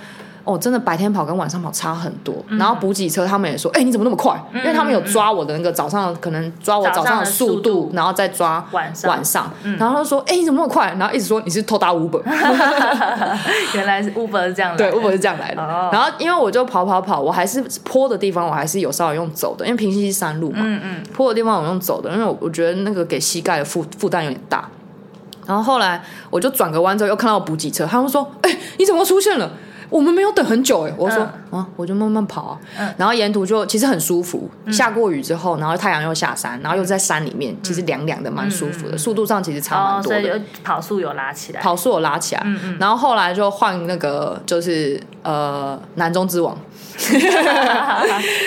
[SPEAKER 2] 哦，真的白天跑跟晚上跑差很多。
[SPEAKER 1] 嗯
[SPEAKER 2] 然后补给车他们也说：“哎、你怎么那么快？”因为他们有抓我的那个早上，可能抓我
[SPEAKER 1] 早上
[SPEAKER 2] 早上
[SPEAKER 1] 的
[SPEAKER 2] 的速
[SPEAKER 1] 速度
[SPEAKER 2] 度，然后再抓
[SPEAKER 1] 嗯晚上
[SPEAKER 2] 晚上。然后他说：“哎、你怎么那么快？”然后一直说你是偷搭 Uber。
[SPEAKER 1] 原来是 Uber 是这样来
[SPEAKER 2] 对
[SPEAKER 1] 的，
[SPEAKER 2] ，Uber 是这样来的。
[SPEAKER 1] 哦
[SPEAKER 2] 然后因为我就跑跑跑，我还是坡的地方，我还是有稍微用走的，因为平行是山路嘛。
[SPEAKER 1] 嗯嗯，
[SPEAKER 2] 坡的地方我用走的，因为我我觉得那个给膝盖的负负担有点大。然后后来我就转个弯之后，又看到补给车，他们说：“哎、你怎么出现了？我们没有等很久哎、我说：“
[SPEAKER 1] 嗯
[SPEAKER 2] 啊，我就慢慢跑啊。然后沿途就其实很舒服，
[SPEAKER 1] 嗯
[SPEAKER 2] 下过雨之后，然后太阳又下山，然后又在山里面，其实凉凉的，蛮舒服的。速度上其实差
[SPEAKER 1] 嗯哦
[SPEAKER 2] 蛮，多
[SPEAKER 1] 所
[SPEAKER 2] 的。
[SPEAKER 1] 以就跑速有拉起来，
[SPEAKER 2] 跑速我拉起来，然后后来就换那个就是呃南中之王，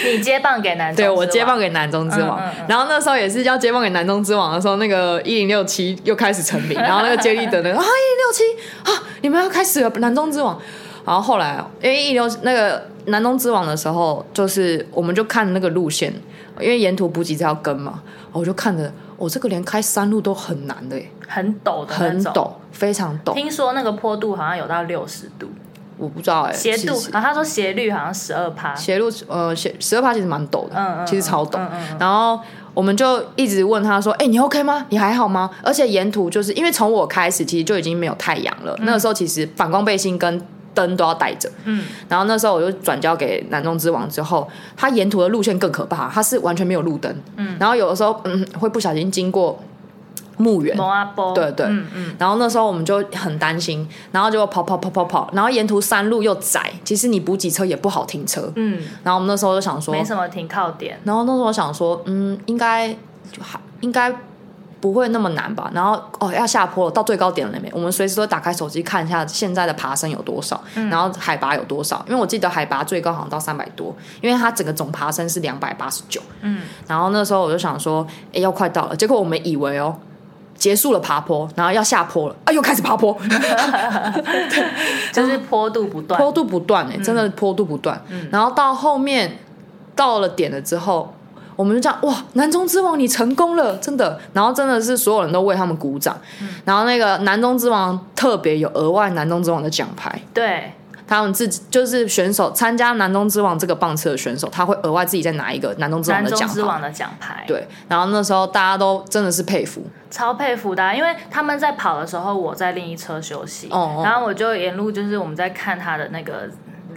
[SPEAKER 1] 你接棒给男，
[SPEAKER 2] 对我接棒，给南中之王，
[SPEAKER 1] 嗯嗯
[SPEAKER 2] 然后那时候也是要接棒给南中之王的时候，那个一零六七又开始成 名，然后那个接力的那个啊一零六七啊，你们要开始了南中之王，然后后来因为一零六那个南中之王的时候，就是我们就看那个路线，因为沿途补给是要跟嘛，我就看着我、哦、这个连开山路都很难的耶，
[SPEAKER 1] 很陡的
[SPEAKER 2] 很
[SPEAKER 1] 那种。
[SPEAKER 2] 陡，非常陡，
[SPEAKER 1] 听说那个坡度好像有到六十度，
[SPEAKER 2] 我不知道哎、
[SPEAKER 1] 斜
[SPEAKER 2] 其
[SPEAKER 1] 度
[SPEAKER 2] 实，
[SPEAKER 1] 然后他说斜率好像十二趴，
[SPEAKER 2] 斜路呃斜十二趴其实蛮陡的，
[SPEAKER 1] 嗯嗯
[SPEAKER 2] 其实超陡。
[SPEAKER 1] 嗯嗯
[SPEAKER 2] 然后我们就一直问他说：“哎、你 OK 吗？你还好吗？”而且沿途就是因为从我开始，其实就已经没有太阳了。那个时候其实反光背心跟灯都要带着。
[SPEAKER 1] 嗯，
[SPEAKER 2] 然后那时候我就转交给南中之王之后，他沿途的路线更可怕，他是完全没有路灯。嗯，然后有的时候嗯会不小心经过墓园，
[SPEAKER 1] 摩阿波，
[SPEAKER 2] 对对
[SPEAKER 1] 嗯嗯，
[SPEAKER 2] 然后那时候我们就很担心，然后结果跑跑跑跑跑，然后沿途山路又窄，其实你补给车也不好停车。
[SPEAKER 1] 嗯，
[SPEAKER 2] 然后我们那时候就想说
[SPEAKER 1] 没，什么停靠点，
[SPEAKER 2] 然后那时候想说，嗯，应该就还应该不会那么难吧。然后哦，要下坡了，到最高点了没？我们随时都打开手机看一下现在的爬升有多少，然后海拔有多少。因为我记得海拔最高好像到三百多，因为它整个总爬升是两百八十九。
[SPEAKER 1] 嗯，
[SPEAKER 2] 然后那时候我就想说，哎，要快到了。结果我们以为哦。结束了爬坡，然后要下坡了，啊，又开始爬坡，
[SPEAKER 1] 就是坡度不断，嗯
[SPEAKER 2] 坡度不断哎、真的坡度不断。然后到后面到了点了之后，我们就这样哇，南中之王你成功了，真的。然后真的是所有人都为他们鼓掌。
[SPEAKER 1] 嗯
[SPEAKER 2] 然后那个南中之王特别有额外南中之王的奖牌，
[SPEAKER 1] 对，
[SPEAKER 2] 他们自己就是选手参加南中之王这个棒车的选手，他会额外自己再拿一个南中之王
[SPEAKER 1] 南
[SPEAKER 2] 的
[SPEAKER 1] 中
[SPEAKER 2] 奖
[SPEAKER 1] 之王
[SPEAKER 2] 牌。
[SPEAKER 1] 的奖牌，
[SPEAKER 2] 对，然后那时候大家都真的是佩服，
[SPEAKER 1] 超佩服的啊、因为他们在跑的时候，我在另一车休息，
[SPEAKER 2] 哦哦
[SPEAKER 1] 然后我就沿路就是我们在看他的那个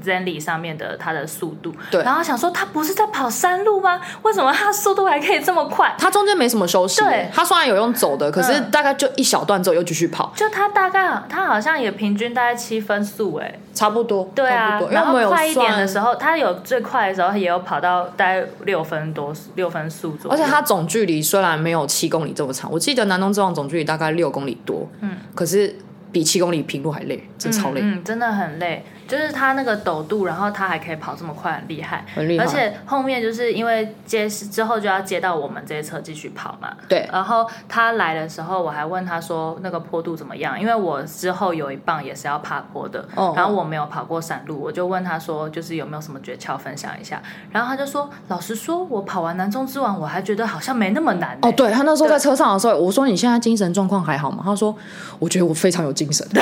[SPEAKER 1] Zenly 上面的他的速度，
[SPEAKER 2] 对
[SPEAKER 1] 然后想说他不是在跑山路吗？为什么他速度还可以这么快？
[SPEAKER 2] 他中间没什么休息
[SPEAKER 1] 对，
[SPEAKER 2] 他虽然有用走的，可
[SPEAKER 1] 嗯
[SPEAKER 2] 是大概就一小段之后又继续跑，
[SPEAKER 1] 就他大概他好像也平均大概七分速哎、
[SPEAKER 2] 差不多，
[SPEAKER 1] 对
[SPEAKER 2] 差
[SPEAKER 1] 啊
[SPEAKER 2] 不，多因
[SPEAKER 1] 然
[SPEAKER 2] 为我
[SPEAKER 1] 后
[SPEAKER 2] 们有
[SPEAKER 1] 快一点
[SPEAKER 2] 算
[SPEAKER 1] 的时候，他有最快的时候也有跑到大概六分多六分速左右，
[SPEAKER 2] 而且它总距离虽然没有七公里这么长，我记得南东之王总距离大概六公里多，嗯，可是比七公里平路还累，真超累，
[SPEAKER 1] 嗯，嗯真的很累。就是他那个陡度，然后他还可以跑这么快，很厉害。
[SPEAKER 2] 很厉害。
[SPEAKER 1] 而且后面就是因为接之后就要接到我们这一车继续跑嘛。
[SPEAKER 2] 对
[SPEAKER 1] 然后他来的时候，我还问他说那个坡度怎么样，因为我之后有一棒也是要爬坡的，
[SPEAKER 2] 哦
[SPEAKER 1] 然后我没有跑过山路，我就问他说就是有没有什么诀窍分享一下，然后他就说老实说，我跑完南中之王，我还觉得好像没那么难、欸。
[SPEAKER 2] 哦，对他那时候在车上的时候，我说你现在精神状况还好吗？他说我觉得我非常有精 神，
[SPEAKER 1] 对，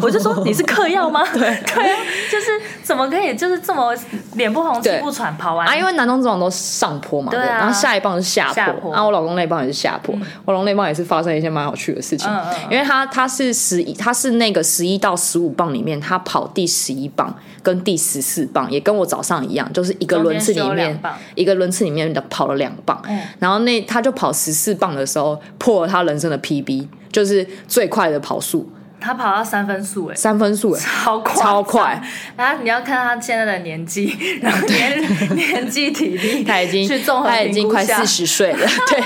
[SPEAKER 1] 我就说你是嗑药 吗？ 对，啊，就是怎么可以就是这么脸不红气
[SPEAKER 2] 对
[SPEAKER 1] 不喘跑完
[SPEAKER 2] 啊，因为南中之王都上坡嘛，
[SPEAKER 1] 对啊
[SPEAKER 2] 然后下一棒是下坡，
[SPEAKER 1] 下坡
[SPEAKER 2] 然后我老公那一棒也是下坡，我老公那一棒也是发生一些蛮有趣的事情，
[SPEAKER 1] 嗯嗯嗯
[SPEAKER 2] 因为他他是十一，他是那个十一到十五棒里面，他跑第十一棒跟第十四棒，也跟我早上一样，就是一个轮次里
[SPEAKER 1] 中间休
[SPEAKER 2] 面
[SPEAKER 1] 两棒
[SPEAKER 2] 一个轮次里面的跑了两棒，
[SPEAKER 1] 嗯
[SPEAKER 2] 然后那他就跑十四棒的时候破了他人生的 PB，就是最快的跑速
[SPEAKER 1] 他跑到三分速哎、
[SPEAKER 2] 三 分速、欸，
[SPEAKER 1] 超快，
[SPEAKER 2] 超快！
[SPEAKER 1] 然后你要看他现在的年 纪，然后年年纪、体力，
[SPEAKER 2] 他已经
[SPEAKER 1] 去综合
[SPEAKER 2] 他已
[SPEAKER 1] 评
[SPEAKER 2] 经
[SPEAKER 1] 估
[SPEAKER 2] 快
[SPEAKER 1] 下
[SPEAKER 2] 四，十岁了，对。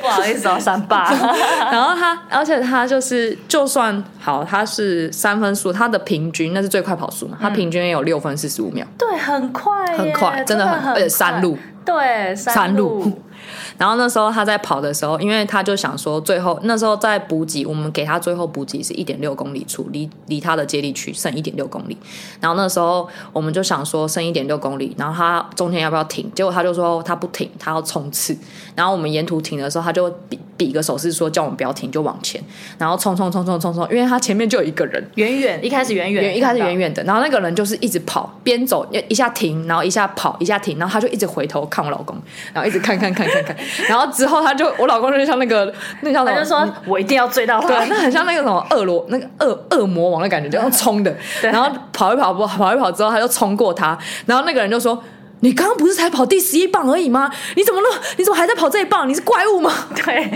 [SPEAKER 1] 不好意思哦，三 八。
[SPEAKER 2] 然后他，而且他就是，就算好，他是三分速，他的平均那是最快跑速嘛，他平均也有六分四十五秒，
[SPEAKER 1] 对，很快耶，
[SPEAKER 2] 很快，真
[SPEAKER 1] 的
[SPEAKER 2] 很，而且山路，
[SPEAKER 1] 对，山
[SPEAKER 2] 山
[SPEAKER 1] 路
[SPEAKER 2] 路然后那时候他在跑的时候，因为他就想说，最后那时候在补给，我们给他最后补给是一点六公里处，离离他的接力区剩一点六公里。然后那时候我们就想说剩一点六公里，然后他中间要不要停？结果他就说他不停，他要冲刺。然后我们沿途停的时候，他就比比个手势说叫我们不要停，就往前，然后冲冲冲冲冲冲，因为他前面就有一个人。
[SPEAKER 1] 远远一开始远远
[SPEAKER 2] 远一开始
[SPEAKER 1] 看到
[SPEAKER 2] 远远的，然后那个人就是一直跑，边走一下停，然后一下跑，一下停，然后他就一直回头看我老公，然后一直看看看看 看，然后之后他就我老公就像那个那叫什么？
[SPEAKER 1] 他就说我一定要追到他，
[SPEAKER 2] 哦嗯对，那很像那个什么恶罗那个恶恶魔王的感觉，就用冲的，
[SPEAKER 1] 对
[SPEAKER 2] 然后跑一跑步跑一跑之后，他就冲过他，然后那个人就说。你刚刚不是才跑第十一棒而已吗？你怎么那你怎么还在跑这一棒？你是怪物吗？
[SPEAKER 1] 对，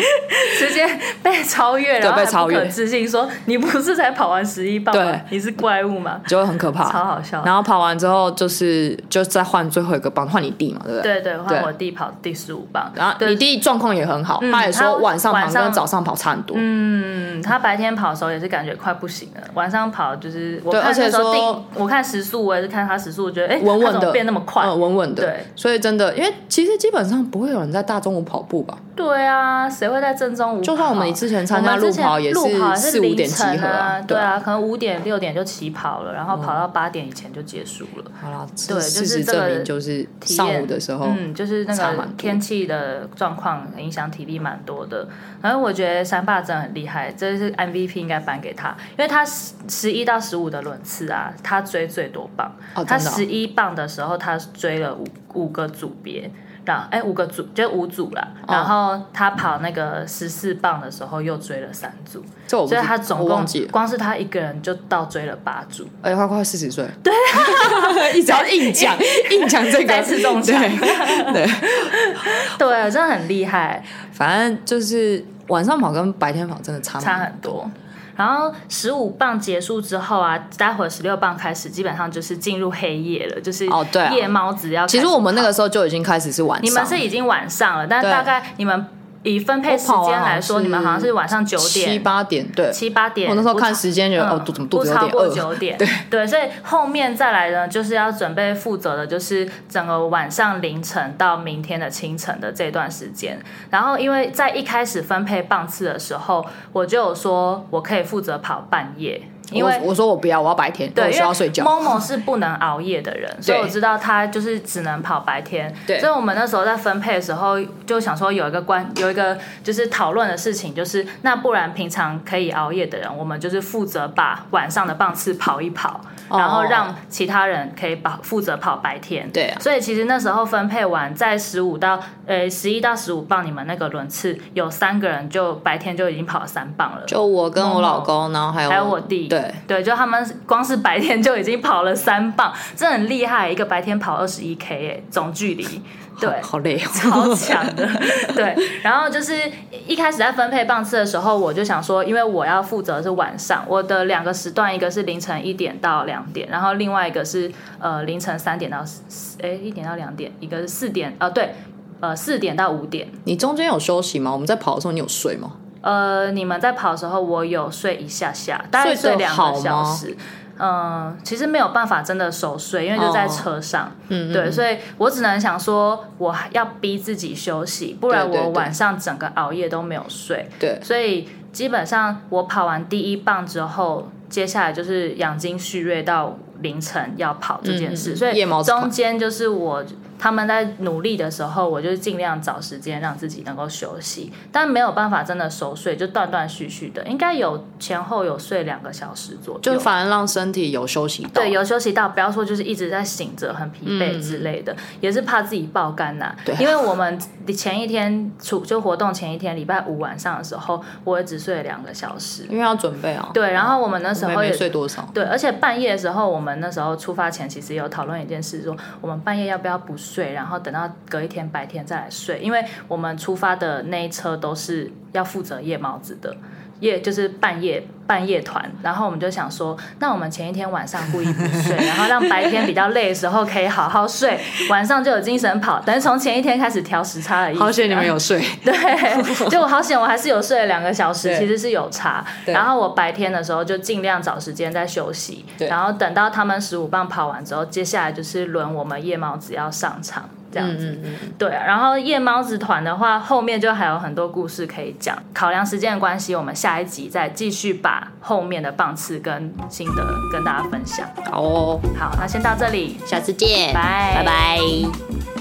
[SPEAKER 1] 直接被超越，然后
[SPEAKER 2] 被
[SPEAKER 1] 还不
[SPEAKER 2] 超越
[SPEAKER 1] 可自信说你不是才跑完十一棒吗
[SPEAKER 2] 对？
[SPEAKER 1] 你是怪物吗？
[SPEAKER 2] 就很可怕，
[SPEAKER 1] 超好笑
[SPEAKER 2] 然后跑完之后就是就再换最后一个棒，换你弟嘛，对不对？
[SPEAKER 1] 对对，
[SPEAKER 2] 对
[SPEAKER 1] 换我弟跑第十五棒，
[SPEAKER 2] 然后
[SPEAKER 1] 对嗯
[SPEAKER 2] 你弟状况也很好，他也
[SPEAKER 1] 他
[SPEAKER 2] 说晚上跑
[SPEAKER 1] 晚上
[SPEAKER 2] 跟早上跑差很多，
[SPEAKER 1] 嗯，他白天跑的时候也是感觉快不行了，晚上跑就是我
[SPEAKER 2] 对
[SPEAKER 1] 看
[SPEAKER 2] 而且
[SPEAKER 1] 那时候定
[SPEAKER 2] 说，
[SPEAKER 1] 我看时速，我也是看他时速，我觉得哎，
[SPEAKER 2] 稳
[SPEAKER 1] 他
[SPEAKER 2] 稳
[SPEAKER 1] 怎么
[SPEAKER 2] 的
[SPEAKER 1] 变那么快，
[SPEAKER 2] 嗯，稳稳的。
[SPEAKER 1] 对，
[SPEAKER 2] 所以真的，因为其实基本上不会有人在大中午跑步吧？
[SPEAKER 1] 对啊，谁会在正中午跑？
[SPEAKER 2] 就算我们之前参加
[SPEAKER 1] 我们之前
[SPEAKER 2] 路跑也是
[SPEAKER 1] 路跑是
[SPEAKER 2] 四五点集合啊
[SPEAKER 1] 凌晨啊，对
[SPEAKER 2] 对
[SPEAKER 1] 啊，
[SPEAKER 2] 啊嗯
[SPEAKER 1] 可能五点六点就起跑了，然后跑到八点以前就结束了。
[SPEAKER 2] 好啦，
[SPEAKER 1] 对就是
[SPEAKER 2] 事
[SPEAKER 1] 这
[SPEAKER 2] 实
[SPEAKER 1] 个
[SPEAKER 2] 证明就是
[SPEAKER 1] 体验
[SPEAKER 2] 上午的时候，
[SPEAKER 1] 嗯，就是那
[SPEAKER 2] 差
[SPEAKER 1] 个
[SPEAKER 2] 蛮多
[SPEAKER 1] 天气的状况影响体力蛮多的。然后我觉得三霸真的很厉害，这是 MVP 应该颁给他，因为他十十一到十五的轮次啊，他追最多棒。
[SPEAKER 2] 哦，
[SPEAKER 1] 他
[SPEAKER 2] 真的哦
[SPEAKER 1] 十一棒的时候，他追了五五个组别，然后哎五个组就五组啦。
[SPEAKER 2] 哦
[SPEAKER 1] 然后他跑那个十四棒的时候又追了三组，
[SPEAKER 2] 这我不
[SPEAKER 1] 所
[SPEAKER 2] 知
[SPEAKER 1] 以他总
[SPEAKER 2] 我
[SPEAKER 1] 共
[SPEAKER 2] 忘记了，
[SPEAKER 1] 光是他一个人就倒追了八组。
[SPEAKER 2] 哎，他快四十岁，对， 一直要硬讲硬讲这个，
[SPEAKER 1] 再次中奖
[SPEAKER 2] 对对，
[SPEAKER 1] 对，真的很厉害，
[SPEAKER 2] 反正就是晚上跑跟白天跑真的差蛮
[SPEAKER 1] 差很多。然后十五棒结束之后啊，待会十六棒开始，基本上就是进入黑夜了，就是
[SPEAKER 2] 哦对啊
[SPEAKER 1] 夜猫子要开始
[SPEAKER 2] 其
[SPEAKER 1] 跑。
[SPEAKER 2] 实我们那个时候就已经开始是晚上，
[SPEAKER 1] 你们是已经晚上了，但
[SPEAKER 2] 对
[SPEAKER 1] 大概你们以分配时
[SPEAKER 2] 我跑
[SPEAKER 1] 间
[SPEAKER 2] 完
[SPEAKER 1] 来说，
[SPEAKER 2] 好像是
[SPEAKER 1] 你们好像是晚上九
[SPEAKER 2] 七
[SPEAKER 1] 点、
[SPEAKER 2] 八点，对，
[SPEAKER 1] 七八点。
[SPEAKER 2] 我那时候
[SPEAKER 1] 不
[SPEAKER 2] 看
[SPEAKER 1] 超
[SPEAKER 2] 时间觉得
[SPEAKER 1] 嗯
[SPEAKER 2] 哦，肚怎么肚
[SPEAKER 1] 不
[SPEAKER 2] 子有
[SPEAKER 1] 超
[SPEAKER 2] 点
[SPEAKER 1] 过
[SPEAKER 2] 饿，
[SPEAKER 1] 九点，对所以后面再来呢，就是要准备负责的，就是整个晚上凌晨到明天的清晨的这段时间。然后因为在一开始分配棒次的时候，我就有说我可以负责跑半夜，因为
[SPEAKER 2] 我我说我不要，我要白天，
[SPEAKER 1] 对，
[SPEAKER 2] 我
[SPEAKER 1] 因
[SPEAKER 2] 需
[SPEAKER 1] 为
[SPEAKER 2] 要睡觉。
[SPEAKER 1] 某某是不能熬夜的 人，所以我知道他就是只能跑白天。
[SPEAKER 2] 对
[SPEAKER 1] 所以我们那时候在分配的时候，就想说有一个关有一个就是讨论的事情，就是那不然平常可以熬夜的人，我们就是负责把晚上的棒次跑一跑，
[SPEAKER 2] 哦
[SPEAKER 1] 然后让其他人可以把负责跑白天。
[SPEAKER 2] 对啊
[SPEAKER 1] 所以其实那时候分配完，在十五到呃十一到十五棒你们那个轮次，有三个人就白天就已经跑了三棒了。
[SPEAKER 2] 就我跟我老公，然后还有
[SPEAKER 1] 哦还有我弟，
[SPEAKER 2] 哦对，
[SPEAKER 1] 对，就他们光是白天就已经跑了三棒，这很厉害，一个白天跑二十一 K 哎，总距离，对
[SPEAKER 2] 好，好累哦，
[SPEAKER 1] 超强的，对。然后就是一开始在分配棒次的时候，我就想说，因为我要负责的是晚上，我的两个时段，一个是凌晨一点到两点，然后另外一个是呃凌晨三点到四，哎一点到两点，一个是四点，呃对，呃四点到五点。
[SPEAKER 2] 你中间有休息吗？我们在跑的时候，你有睡吗？
[SPEAKER 1] 呃，你们在跑的时候，我有睡一下下，大概
[SPEAKER 2] 睡
[SPEAKER 1] 睡
[SPEAKER 2] 得
[SPEAKER 1] 两
[SPEAKER 2] 好
[SPEAKER 1] 个
[SPEAKER 2] 吗
[SPEAKER 1] 小时。嗯，其实没有办法真的熟睡，因为就在
[SPEAKER 2] 哦
[SPEAKER 1] 车上。
[SPEAKER 2] 嗯，
[SPEAKER 1] 对，
[SPEAKER 2] 嗯
[SPEAKER 1] 所以我只能想说，我要逼自己休息，不然
[SPEAKER 2] 对对
[SPEAKER 1] 我
[SPEAKER 2] 对
[SPEAKER 1] 晚上整个熬夜都没有睡。
[SPEAKER 2] 对，
[SPEAKER 1] 所以基本上我跑完第一棒之后，接下来就是养精蓄锐到凌晨要跑这件事，
[SPEAKER 2] 嗯嗯
[SPEAKER 1] 所以
[SPEAKER 2] 夜猫子跑
[SPEAKER 1] 中间就是我。他们在努力的时候，我就尽量找时间让自己能够休息，但没有办法真的熟睡，就断断续续的，应该有前后有睡两个小时左右，
[SPEAKER 2] 就反正让身体有休息到。
[SPEAKER 1] 对，有休息到，不要说就是一直在醒着，很疲惫之类的，也是怕自己爆肝呐、
[SPEAKER 2] 嗯对啊
[SPEAKER 1] 因为我们前一天出就活动前一天，礼拜五晚上的时候，我也只睡了两个小时。
[SPEAKER 2] 因为要准备啊。
[SPEAKER 1] 对，然后我们那时
[SPEAKER 2] 我们也
[SPEAKER 1] 候也
[SPEAKER 2] 没睡多少，
[SPEAKER 1] 对，而且半夜的时候，我们那时候出发前其实有讨论一件事说，我们半夜要不要不睡，然后等到隔一天白天再来睡，因为我们出发的那一车都是要负责夜猫子的。夜就是半夜半夜团，然后我们就想说，那我们前一天晚上故意不睡，然后让白天比较累的时候可以好好睡，晚上就有精神跑。但是从前一天开始调时差而已。
[SPEAKER 2] 好险你们有睡。
[SPEAKER 1] 对， 就我好险，我还是有睡了两个小时，
[SPEAKER 2] 对
[SPEAKER 1] 其实是有差。
[SPEAKER 2] 对
[SPEAKER 1] 然后我白天的时候就尽量找时间在休息，
[SPEAKER 2] 对
[SPEAKER 1] 然后等到他们十五棒跑完之后，接下来就是轮我们夜猫子要上场。这样子。
[SPEAKER 2] 嗯嗯嗯
[SPEAKER 1] 对啊，然后夜猫子团的话，后面就还有很多故事可以讲。考量时间的关系，我们下一集再继续把后面的棒次跟心得跟大家分享。
[SPEAKER 2] 好哦，
[SPEAKER 1] 好，那先到这里，
[SPEAKER 2] 下次见，
[SPEAKER 1] 拜
[SPEAKER 2] 拜拜